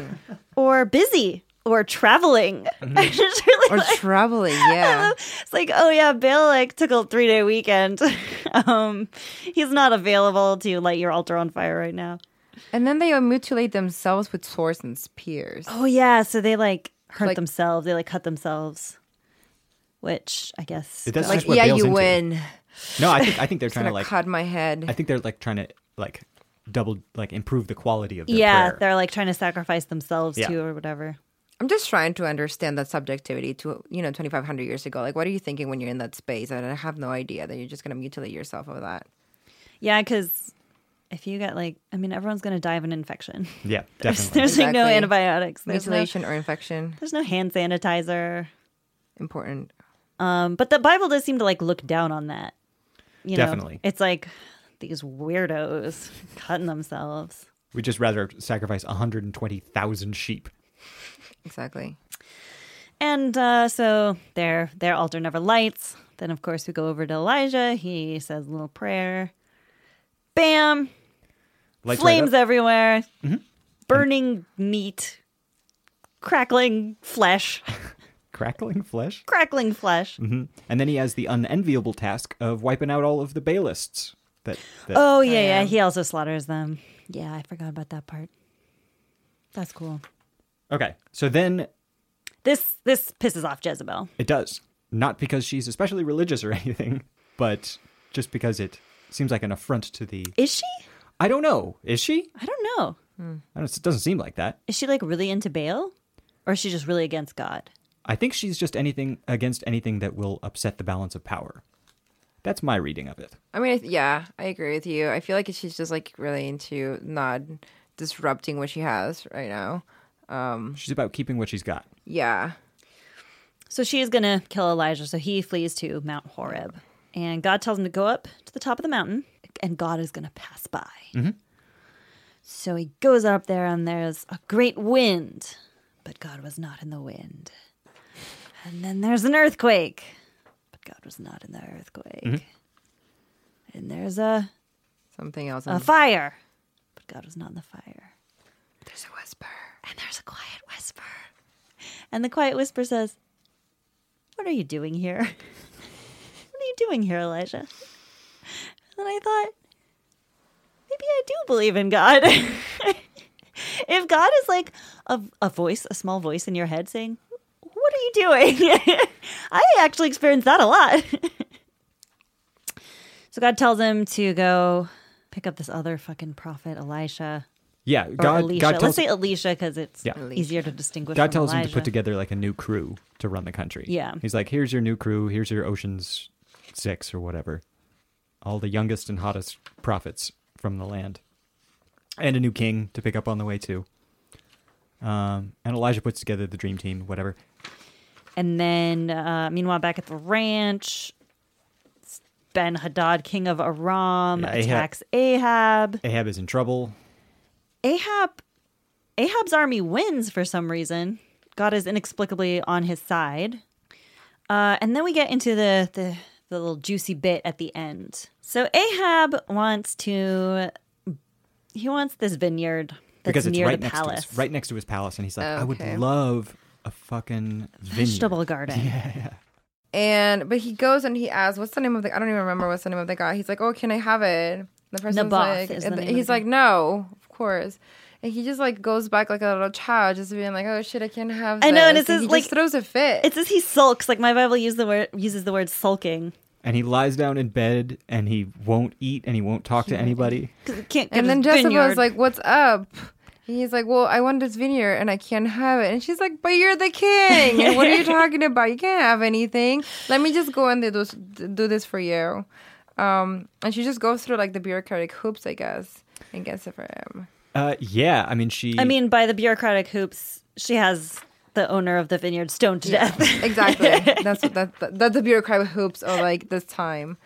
or busy or traveling I just really Or like- traveling. Yeah. it's like oh yeah Bill like took a three day weekend um he's not available to light your altar on fire right now And then they mutilate themselves with swords and spears. oh yeah so they like hurt Like- themselves they like cut themselves which I guess That's like just what yeah, Bale's you into. win. No, I think I think they're I'm trying to gonna like. cut my head. I think they're like trying to like double like improve the quality of their yeah prayer. they're like trying to sacrifice themselves Yeah. too or whatever I'm just trying to understand that subjectivity to you know 2,500 years ago. Like, what are you thinking when you're in that space? And I have no idea that you're just gonna mutilate yourself over that. yeah because if you get like i mean everyone's gonna die of an infection yeah, there's, definitely. there's, like no Exactly. antibiotics there's no, Mutilation or infection there's no hand sanitizer important. um but the bible does seem to like look down on that you know? Definitely. it's like these weirdos cutting themselves We'd just rather sacrifice 120,000 sheep. Exactly. and uh so their their altar never lights then of course we go over to elijah he says a little prayer bam Lights right flames up. Mm-hmm. everywhere, burning meat, crackling flesh, crackling flesh. crackling flesh. hmm And then he has the unenviable task of wiping out all of the Baelists. That, that Oh yeah, yeah. He also slaughters them. Yeah, I forgot about that part. That's cool. okay, so then This this pisses off Jezebel. It does. Not because she's especially religious or anything, but just because it seems like an affront to the. Is she? I don't know. Is she? I don't know. I don't, it doesn't seem like that. Is she like really into Baal, or is she just really against God? I think she's just anything against anything that will upset the balance of power. That's my reading of it. I mean, I th- yeah, I agree with you. I feel like she's just like really into not disrupting what she has right now. She's about keeping what she's got. Yeah. So she is going to kill Elijah. So he flees to Mount Horeb. And God tells him to go up to the top of the mountain, and God is going to pass by. So he goes up there, and there's a great wind, but God was not in the wind. And then there's an earthquake, but God was not in the earthquake. And there's a, Something else. a and- fire, but God was not in the fire. There's a whisper. And there's a quiet whisper. And the quiet whisper says, What are you doing here? what are you doing here, Elijah? And then I thought, Maybe I do believe in God. if God is like a, a voice, a small voice in your head saying, What are you doing? I actually experienced that a lot. so God tells him to go pick up this other fucking prophet, Elisha. Yeah, Or God. Alicia. God Let's tells, say Alicia because it's Yeah. easier to distinguish. God from tells him to Elijah. put together like a new crew to run the country. Yeah. he's like, "Here's your new crew. Here's your Ocean's Six or whatever. All the youngest and hottest prophets from the land, and a new king to pick up on the way too." Um, and Elijah puts together the dream team, whatever. And then, uh, meanwhile, back at the ranch, Ben Hadad, king of Aram, Yeah, Ahab- attacks Ahab. Ahab is in trouble. Ahab Ahab's army wins for some reason. God is inexplicably on his side. Uh, and then we get into the, the the little juicy bit at the end. So Ahab wants to he wants this vineyard that's because it's near right the next palace. to his, right next to his palace, and he's like, I would Okay. love a fucking vineyard. Vegetable garden. And but he goes and he asks, "What's the name of the? I don't even remember what's the name of the guy." He's like, "Oh, can I have it?" And the person's Naboth like, is the and name of he's the like, "No, of course." And he just like goes back like a little child, just being like, "Oh shit, I can't have." I know, and this." it's just he like- just throws a fit. It says he sulks, like my Bible uses the word uses the word sulking. And he lies down in bed, and he won't eat, and he won't talk to anybody. Because he can't get and then his Jessica vineyard. was like, "What's up?" And he's like, "Well, I want this vineyard and I can't have it." And she's like, "But you're the king. And what are you talking about? You can't have anything. Let me just go and do this, do this for you." Um, and she just goes through like the bureaucratic hoops, I guess, and gets it for him. Uh, yeah, I mean she. I mean, by the bureaucratic hoops, she has the owner of the vineyard stoned to death. Exactly. That's what that, that that's the bureaucratic hoops of like this time.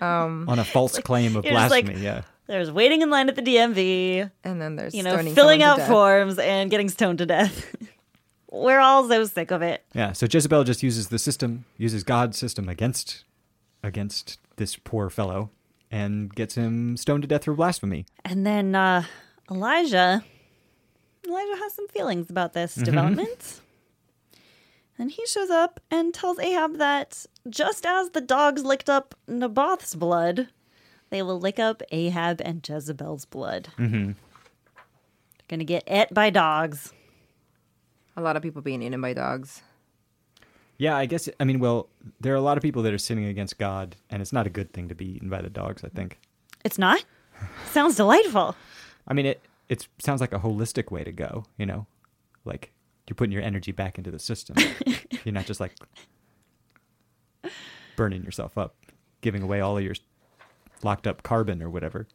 on a false claim of you're just like- blasphemy. yeah, There's waiting in line at the DMV, And then there's you know, stoning someone filling to out death. forms and getting stoned to death. We're all so sick of it. yeah. So Jezebel just uses the system, uses God's system against against this poor fellow, and gets him stoned to death for blasphemy. And then uh, Elijah, Elijah has some feelings about this development. And he shows up and tells Ahab that just as the dogs licked up Naboth's blood, they will lick up Ahab and Jezebel's blood. Mm-hmm. They're going to get et by dogs. A lot of people being eaten by dogs. Yeah, I guess. I mean, well, there are a lot of people that are sinning against God, and it's not a good thing to be eaten by the dogs. I think. It's not? Sounds delightful. I mean, it it sounds like a holistic way to go. You know, like you're putting your energy back into the system. you're not just like burning yourself up, giving away all of your locked up carbon or whatever.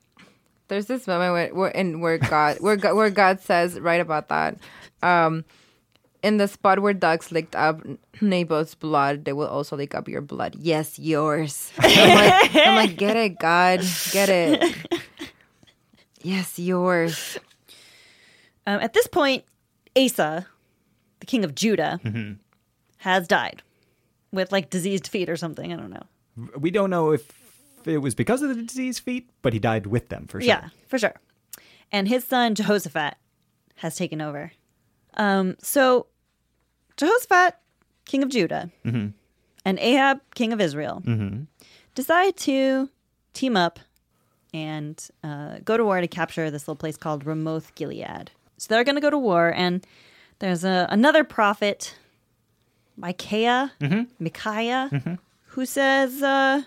There's this moment where, where and where God where God, where God says right about that. Um, in the spot where dogs licked up Naboth's blood, they will also lick up your blood. Yes, yours. I'm like, I'm like, get it, God, get it. Yes, yours. Um, at this point, Asa, the king of Judah, has died with like diseased feet or something. I don't know. We don't know if it was because of the disease feet, but he died with them for sure. Yeah, for sure. And his son Jehoshaphat has taken over. Um, so Jehoshaphat, king of Judah, Mm-hmm. and Ahab, king of Israel, decide to team up and uh, go to war to capture this little place called Ramoth Gilead. So they're going to go to war, and there's a, another prophet, Micaiah, Mm-hmm. Micaiah, who says, uh,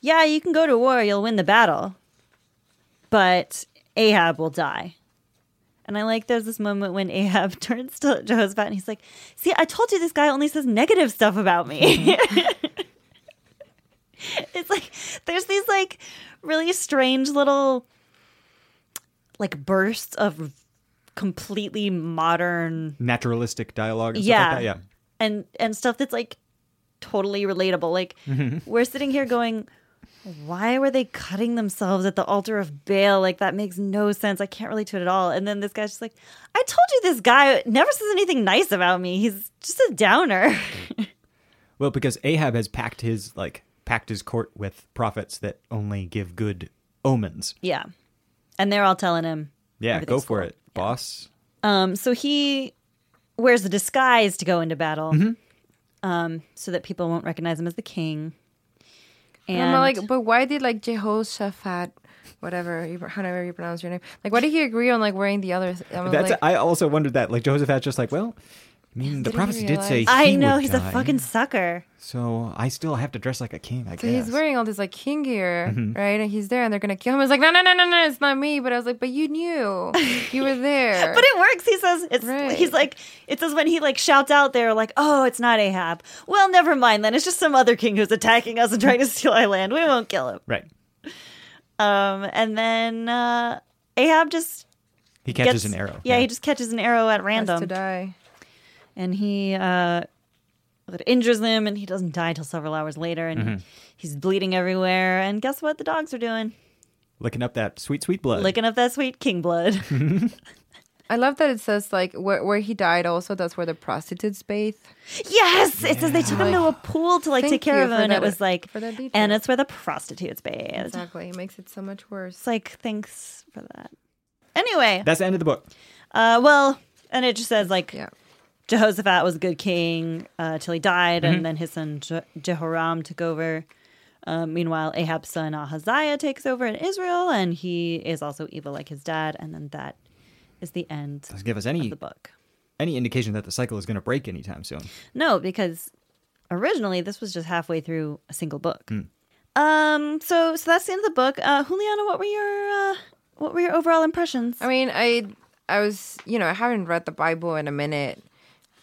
"Yeah, you can go to war; you'll win the battle." but Ahab will die. And I like there's this moment when Ahab turns to Jehoshaphat and he's like, See, I told you this guy only says negative stuff about me. it's like there's these like really strange little like bursts of completely modern Naturalistic dialogue. And yeah. Stuff like that. Yeah. And and stuff that's like totally relatable. Like Mm-hmm. we're sitting here going, why were they cutting themselves at the altar of Baal? Like that makes no sense. I can't relate to it at all. And then this guy's just like, I told you this guy never says anything nice about me. He's just a downer. Well, because Ahab has packed his like packed his court with prophets that only give good omens. yeah. And they're all telling him. Yeah, go everything's for cool. it, boss. Um, so he wears the disguise to go into battle. Mm-hmm. Um, so that people won't recognize him as the king. And, And I'm like, but why did like Jehoshaphat, whatever, you, however you pronounce your name, like why did he agree on like wearing the other? I'm That's like, I also wondered that. Like Jehoshaphat's just like, well, I mean, the Didn't prophets did say he realize. I know would he's die, a fucking sucker. So I still have to dress like a king. I So guess he's wearing all this like king gear, right? And he's there, and they're gonna kill him. I was like, no, no, no, no, no, it's not me. But I was like, but you knew, you were there. But it works. He says it's Right. he's like it says when he like shouts out there like oh it's not Ahab. Well never mind then it's just some other king who's attacking us and trying to steal our land. We won't kill him. right. Um and then uh, Ahab just He catches gets- an arrow. Yeah, he just catches an arrow at Has random to die. and he uh, that injures him, and he doesn't die till several hours later, and Mm-hmm. he's bleeding everywhere. And guess what? The dogs are doing Licking up that sweet, sweet blood. licking up that sweet king blood. I love that it says like where where he died. Also, that's where the prostitutes bathe. yes, it says they took him to a pool to like Thank take care you of him, for and it that- was like, for that and detail. it's where the prostitutes bathed. Exactly, it makes it so much worse. It's like thanks for that. Anyway, That's the end of the book. uh, well, and it just says like Yeah, Jehoshaphat was a good king uh, till he died, and then his son Je- Jehoram took over. Um, meanwhile, Ahab's son Ahaziah takes over in Israel, and he is also evil like his dad. And then that is the end Doesn't give us of any the book. any indication that the cycle is going to break anytime soon. No, because originally this was just halfway through a single book. Hmm. Um, so so that's the end of the book. Uh, Juliana, what were your uh, what were your overall impressions? I mean, I I was you know I haven't read the Bible in a minute,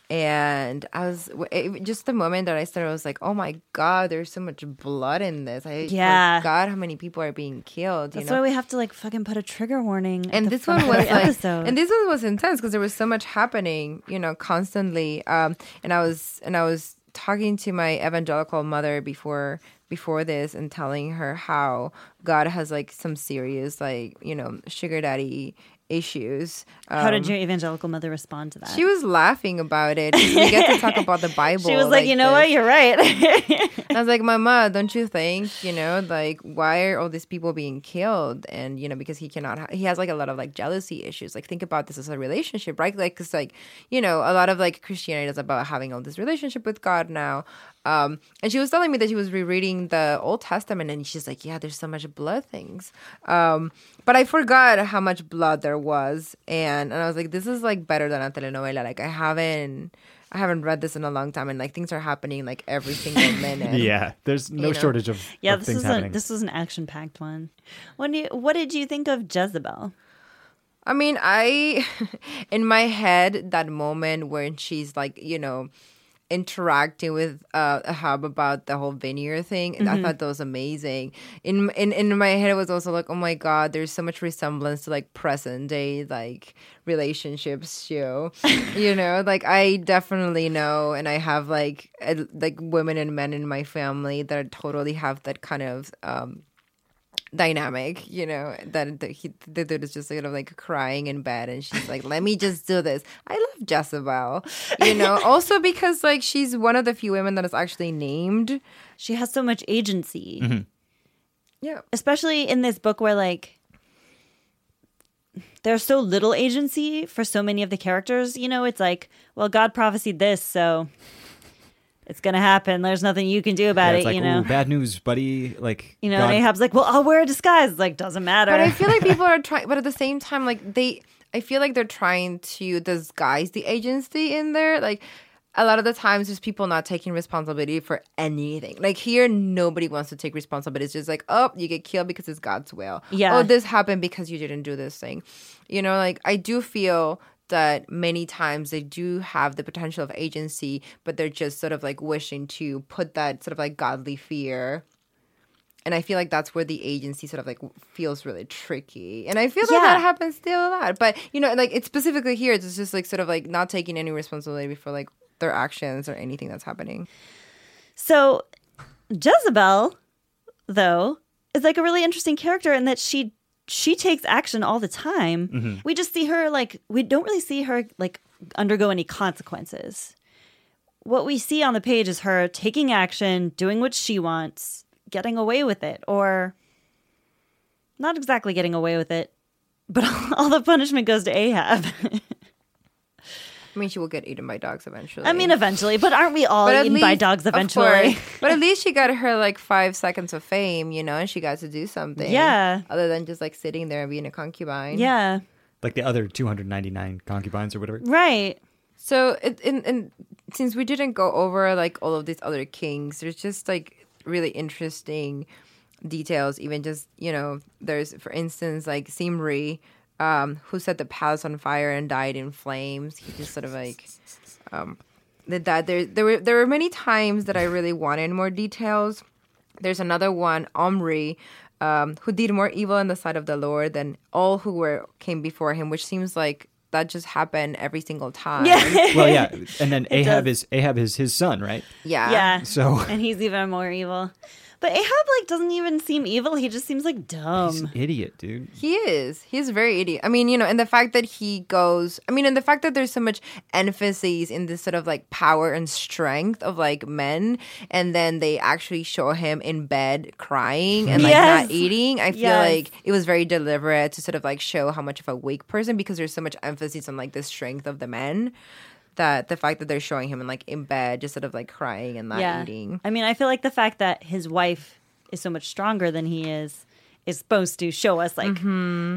and I was it, just the moment that I started, I was like, oh my god, there's so much blood in this. I Yeah. forgot how many people are being killed. You That's know, why we have to like fucking put a trigger warning. at and the this front of one was the like episode. and this one was intense because there was so much happening you know constantly um and i was and i was talking to my evangelical mother before before this and telling her how god has like some serious like you know sugar daddy issues How did your evangelical mother respond to that? um, she was laughing about it we get to talk about the bible She was like, you know this." what? You're right. I was like, Mama, don't you think, you know, like, why are all these people being killed? And, you know, because he cannot, ha- he has like a lot of like jealousy issues. Like, think about this as a relationship, right? Like, because, like, you know, a lot of like Christianity is about having all this relationship with God now. Um, and she was telling me that she was rereading the Old Testament and she's like, yeah, there's so much blood things. Um, but I forgot how much blood there was. And, and I was like, this is like better than a telenovela. Like, I haven't. I haven't read this in a long time, and like things are happening like every single minute. Yeah, there's no You know. shortage of, yeah, of this things was a, happening. this was an action packed one. When you, what did you think of Jezebel? I mean, I, in my head, that moment when she's like, you know, interacting with uh, Ahab about the whole veneer thing, and I thought that was amazing. In, in in my head, it was also like, oh my god, there's so much resemblance to like present day like relationships show, you know, like I definitely know, and I have like a, like women and men in my family that totally have that kind of um, dynamic, you know, that that he, the dude is just sort of like crying in bed and she's like, let me just do this. I love Jezebel, you know, also because like she's one of the few women that is actually named. She has so much agency, Yeah. especially in this book where like there's so little agency for so many of the characters. You know, it's like, well, God prophesied this, so it's gonna happen. There's nothing you can do yeah, about it's it. like, you know, ooh, bad news, buddy. Like, you know. God, And Ahab's like, well, I'll wear a disguise. It's like, doesn't matter. But I feel like people are trying, but at the same time, like they, I feel like they're trying to disguise the agency in there. Like a lot of the times, there's people not taking responsibility for anything. Like here, nobody wants to take responsibility. It's just like, oh, you get killed because it's God's will. Yeah. Oh, this happened because you didn't do this thing. You know, like I do feel that many times they do have the potential of agency, but they're just sort of like wishing to put that sort of like godly fear and I feel like that's where the agency sort of like feels really tricky. And I feel like Yeah. that happens still a lot. But you know, like it's specifically here, it's just like sort of like not taking any responsibility for like their actions or anything that's happening. So Jezebel, though, is like a really interesting character in that she she takes action all the time. We just see her like we don't really see her like undergo any consequences. What we see on the page is her taking action, doing what she wants, getting away with it, or not exactly getting away with it, but all the punishment goes to Ahab. I mean, she will get eaten by dogs eventually. I mean, eventually, but aren't we all eaten by dogs of eventually? course. but at least she got her like five seconds of fame, you know, and she got to do something. Yeah. Other than just like sitting there and being a concubine. Yeah, like the other 299 concubines or whatever. right. So, it, and, and since we didn't go over like all of these other kings, there's just like really interesting details. Even just you know, there's for instance like Simri, um, who set the palace on fire and died in flames. He just sort of like did that. There, there were there were many times that I really wanted more details. There's another one, Omri, um, who did more evil in the sight of the Lord than all who were came before him, which seems like that just happened every single time. Yeah. Well, yeah, and then Ahab is Ahab is his son, right? Yeah. yeah. So And he's even more evil. But Ahab like doesn't even seem evil. He just seems like he's an dumb. idiot, dude. He is. He's very idiot. I mean, you know, and the fact that he goes, I mean, and the fact that there's so much emphasis in this sort of like power and strength of like men, and then they actually show him in bed crying and like Yes. not eating. I feel Yes. like it was very deliberate to sort of like show how much of a weak person because there's so much emphasis on like the strength of the men that the fact that they're showing him in like in bed, just sort of like crying and not Yeah. eating. I mean, I feel like the fact that his wife is so much stronger than he is is supposed to show us like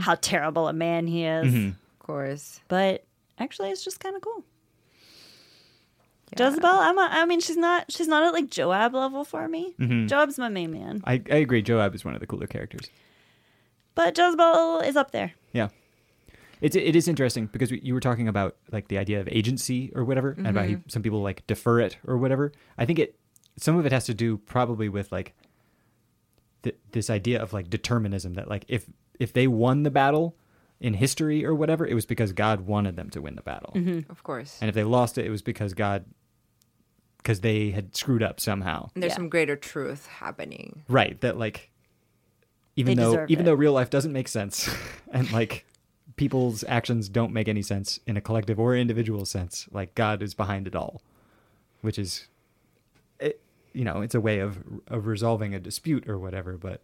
how terrible a man he is. Of course. But actually, it's just kind of cool. Jezebel, I'm a, I mean, she's not she's not at like Joab level for me. Joab's my main man, I, I agree. Joab is one of the cooler characters. but Jezebel is up there. Yeah. It's, it is interesting because you were talking about like the idea of agency or whatever, and about he- some people like defer it or whatever. I think it some of it has to do probably with like th- this idea of like determinism that like if if they won the battle in history or whatever, it was because God wanted them to win the battle, Mm. Of course. and if they lost it, it was because God because they had screwed up somehow. And there's Yeah. some greater truth happening. Right. That like even They though deserved even it. though real life doesn't make sense and like people's actions don't make any sense in a collective or individual sense, like God is behind it all. Which is it, you know, it's a way of of resolving a dispute or whatever, but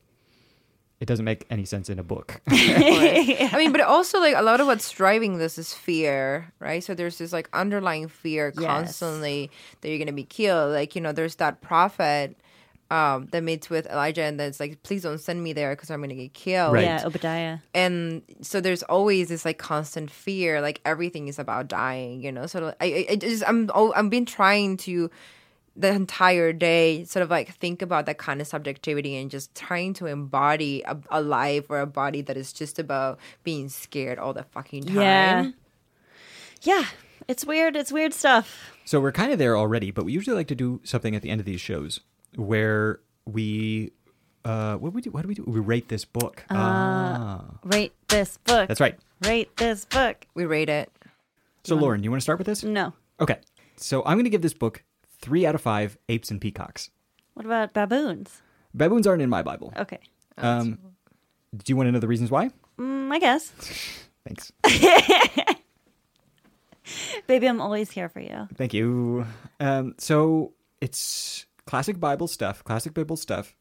it doesn't make any sense in a book. I mean, but also like a lot of what's driving this is fear, right? So there's this like underlying fear Yes. constantly that you're gonna be killed. Like you know, there's that prophet um, that meets with Elijah and that's like, please don't send me there because I'm gonna get killed. Right. Yeah, Obadiah. And so there's always this like constant fear. Like everything is about dying, you know. So like, I, I- I just I'm oh, I've been trying to the entire day sort of like think about that kind of subjectivity and just trying to embody a, a life or a body that is just about being scared all the fucking time. Yeah. Yeah, it's weird. It's weird stuff. So we're kind of there already, but we usually like to do something at the end of these shows where we uh what do we do what do we do? We rate this book. ah. Rate this book. That's right. Rate this book. We rate it. So Lauren, you want to start with this? No. Okay. So I'm going to give this book three out of five apes and peacocks. What about baboons? Baboons aren't in my Bible. Okay. Um, do you want to know the reasons why? Mm, I guess. Thanks. Baby, I'm always here for you. Thank you. Um, so it's classic Bible stuff, classic Bible stuff.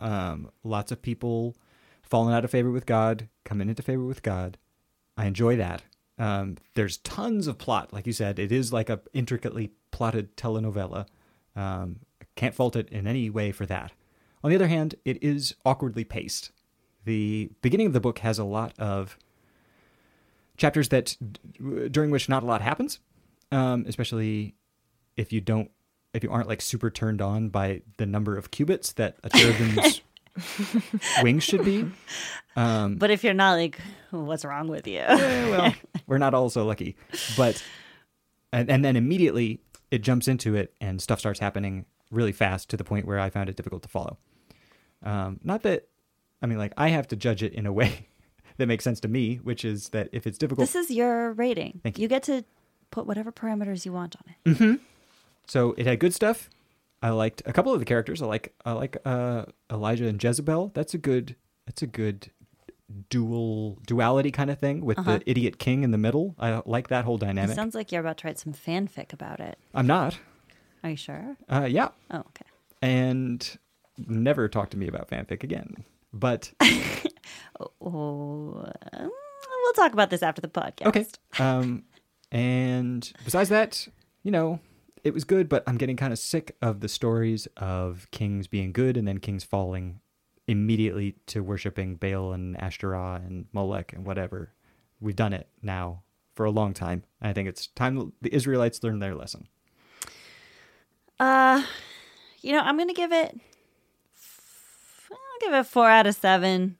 Um, lots of people falling out of favor with God, coming into favor with God. I enjoy that. Um, there's tons of plot, like you said. It is like a intricately plotted telenovela. Um, I can't fault it in any way for that. On the other hand, it is awkwardly paced. The beginning of the book has a lot of chapters that d- during which not a lot happens, um, especially if you don't if you aren't like super turned on by the number of cubits that a cherubim's wings should be. Um, But if you're not, like, what's wrong with you? Eh, well, we're not all so lucky. But and, and then immediately it jumps into it, and stuff starts happening really fast to the point where I found it difficult to follow. Um, not that I mean, like I have to judge it in a way that makes sense to me, which is that if it's difficult, This is your rating. Thank you. you. get to put whatever parameters you want on it. so it had good stuff. I liked a couple of the characters. I like I like uh, Elijah and Jezebel. That's a good that's a good dual duality kind of thing with the idiot king in the middle. I like that whole It dynamic. sounds like you're about to write some fanfic about it. I'm not. Are you sure? Uh, yeah, Oh, okay. and never talk to me about fanfic again. But Oh, um, we'll talk about this after the podcast. okay. Um, and besides that, you know, it was good, but I'm getting kind of sick of the stories of kings being good and then kings falling immediately to worshiping Baal and Ashtoreth and Molech and whatever. We've done it now for a long time. And I think it's time the Israelites learned their lesson. Uh, you know, I'm gonna give it. f- I'll give it four out of seven.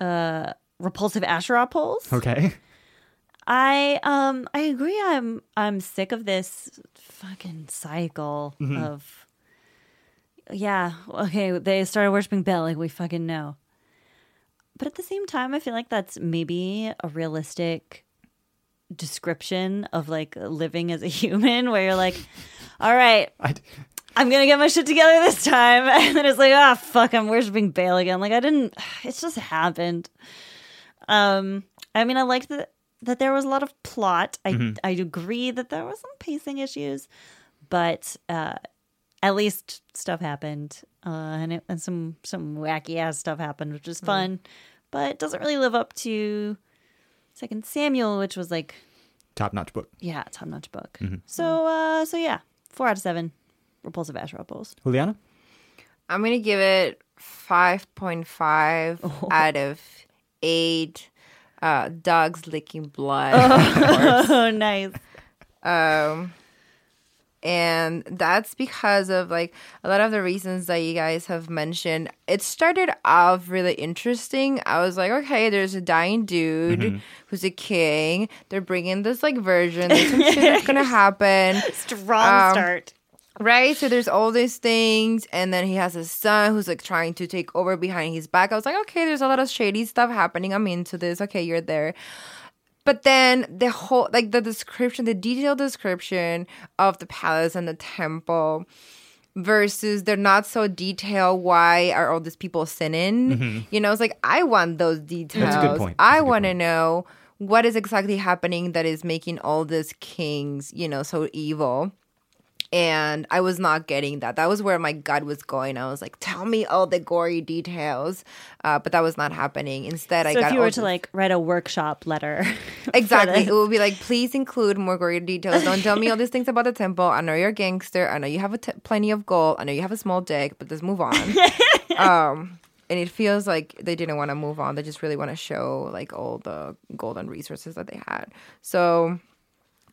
Uh, repulsive Asherah poles. Okay. I um I agree. I'm I'm sick of this fucking cycle of yeah. Okay, they started worshiping Baal, like we fucking know. But at the same time, I feel like that's maybe a realistic description of like living as a human where you're like, all right, I, I'm gonna get my shit together this time. And then it's like, ah, fuck, I'm worshiping Baal again. Like I didn't. It's just happened. Um, I mean, I liked that that there was a lot of plot. I I agree that there was some pacing issues, but uh, at least stuff happened, uh, and it, and some some wacky ass stuff happened, which was fun, but it doesn't really live up to Second Samuel, which was like, top notch book. yeah, top notch book. So uh, so yeah, four out of seven. Repulsive Ash Rebels. Juliana? I'm gonna give it 5.5 out of eight. Uh, dogs licking blood, of course. Oh, nice. um, and that's because of like a lot of the reasons that you guys have mentioned. It started off really interesting. I was like, okay, there's a dying dude who's a king. They're bringing this like version. There's some shit that's gonna happen. Strong Um, start. Right? So there's all these things, and then he has his son who's like trying to take over behind his back. I was like, okay, there's a lot of shady stuff happening. I'm into this. Okay, you're there. But then the whole, like the description, the detailed description of the palace and the temple versus they're not so detailed. Why are all these people sinning? Mm-hmm. You know, it's like, I want those point. details. That's a I good want to point. know what is exactly happening that is making all these kings, you know, so evil and I was not getting that. That was where my gut was going. I was like, "Tell me all the gory details," uh, but that was not happening. Instead, I So got if you were all to this- like write a workshop letter, for exactly, it this. would be like, "Please include more gory details. Don't tell me all these things about the temple. I know you're a gangster. I know you have a t- plenty of gold. I know you have a small dick, but let's move on." um, and it feels like they didn't want to move on. They just really want to show like all the golden resources that they had. So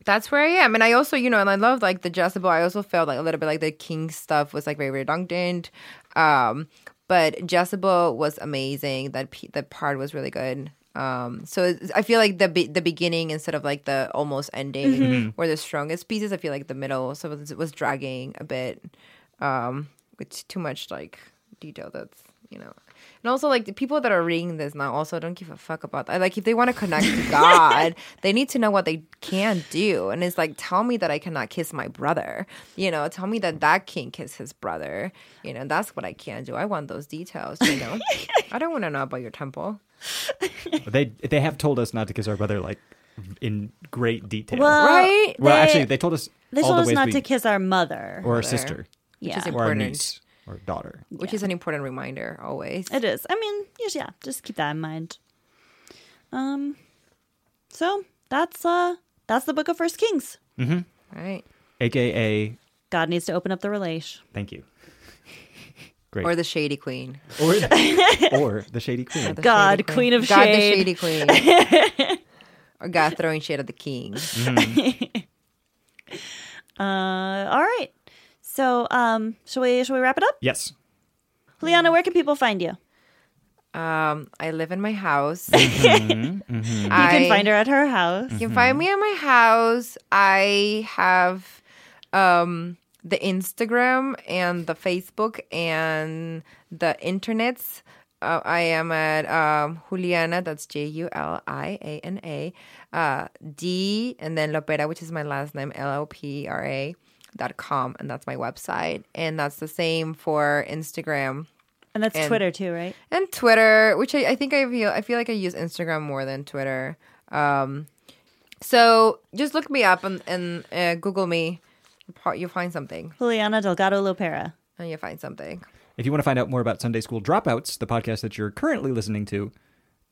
that's where I am. And I also, you know, and I love like the Jezebel. I also felt like a little bit like the King stuff was like very redundant. Um, but Jezebel was amazing. That pe- that part was really good. Um, so it's- I feel like the be- the beginning instead of like the almost ending were the strongest pieces. I feel like the middle so it was, was dragging a bit. Um, it's too much like detail. That's you know. And also, like the people that are reading this now also don't give a fuck about that. Like, if they want to connect to God, they need to know what they can do. And it's like, tell me that I cannot kiss my brother. You know, tell me that that king kissed his brother. You know, that's what I can do. I want those details. You know, I don't want to know about your temple. They they have told us not to kiss our brother like in great detail. Uh, well, Right? Well, they- actually, they told us they all told the us ways not we, to kiss our mother. or our Mother. sister yeah, is or our Important. niece or daughter. Which is an important reminder always. it is. I mean, yes, yeah, just keep that in mind. Um, so that's uh, that's the Book of First Kings. Right. AKA, God needs to open up the relation. thank you. Great. Or the Shady Queen. or, the, or the Shady Queen. The God, Shady Queen of God, Shade. the Shady Queen. or God throwing shade at the king. Uh, all right. So um, shall we shall we wrap it up? Yes. Liana, where can people find you? Um, I live in my house. You You can find her at her house. You can find me at my house. I have um, the Instagram and the Facebook and the internets. Uh, I am at um, Juliana, that's J U L I A N A, uh, D, and then Lopera, which is my last name, L O P R A dot com. And that's my website. And that's the same for Instagram And that's Twitter too, right? and Twitter, which I, I think I feel I feel like I use Instagram more than Twitter. Um, so just look me up and, and uh, Google me. You'll pro- You'll find something, Juliana Delgado Lopera. and you'll find something. If you want to find out more about Sunday School Dropouts, the podcast that you're currently listening to,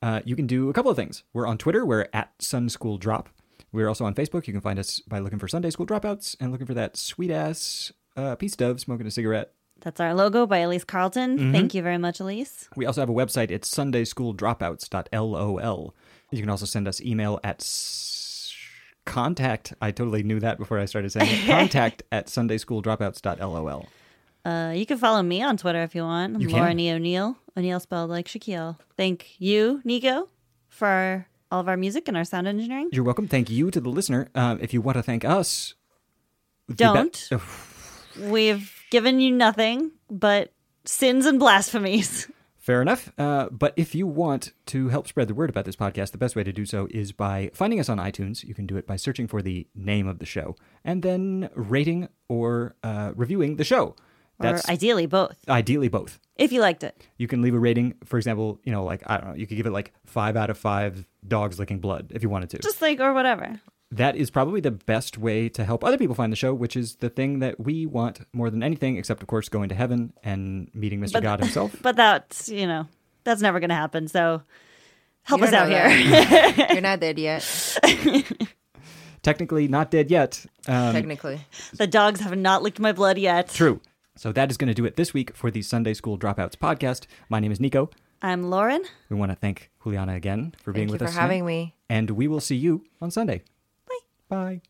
uh, you can do a couple of things. We're on Twitter. We're at Sun School Drop. We're also on Facebook. You can find us by looking for Sunday School Dropouts and looking for that sweet ass uh, peace dove smoking a cigarette. That's our logo by Elise Carlton. Mm-hmm. Thank you very much, Elise. We also have a website. It's sundaysschooldropouts.lol. You can also send us email at s- contact. I totally knew that before I started saying it. Contact at sundaysschooldropouts.lol. Uh, you can follow me on Twitter if you want. I'm You can. Lauren E. O'Neill. O'Neill spelled like Shaquille. Thank you, Nico, for all of our music and our sound engineering. You're welcome. Thank you to the listener. Um, if you want to thank us, the Oh, be- Don't. Ugh. We've given you nothing but sins and blasphemies. Fair enough. Uh, but if you want to help spread the word about this podcast, the best way to do so is by finding us on iTunes. You can do it by searching for the name of the show and then rating or uh, reviewing the show. or That's ideally both, ideally both. if you liked it. You can leave a rating, for example, you know, like, I don't know, you could give it like five out of five dogs licking blood if you wanted to. Just like, or whatever. that is probably the best way to help other people find the show, which is the thing that we want more than anything, except, of course, going to heaven and meeting Mr. God himself. But that's, you know, that's never going to happen. So help You us don't out know here. that. You're not dead yet, Technically not dead yet. Um, technically. the dogs have not licked my blood yet. True. So that is going to do it this week for the Sunday School Dropouts podcast. My name is Nico. I'm Lauren. We want to thank Juliana again for being Thank you with for us. tonight. having me. And we will see you on Sunday. Bye. Bye.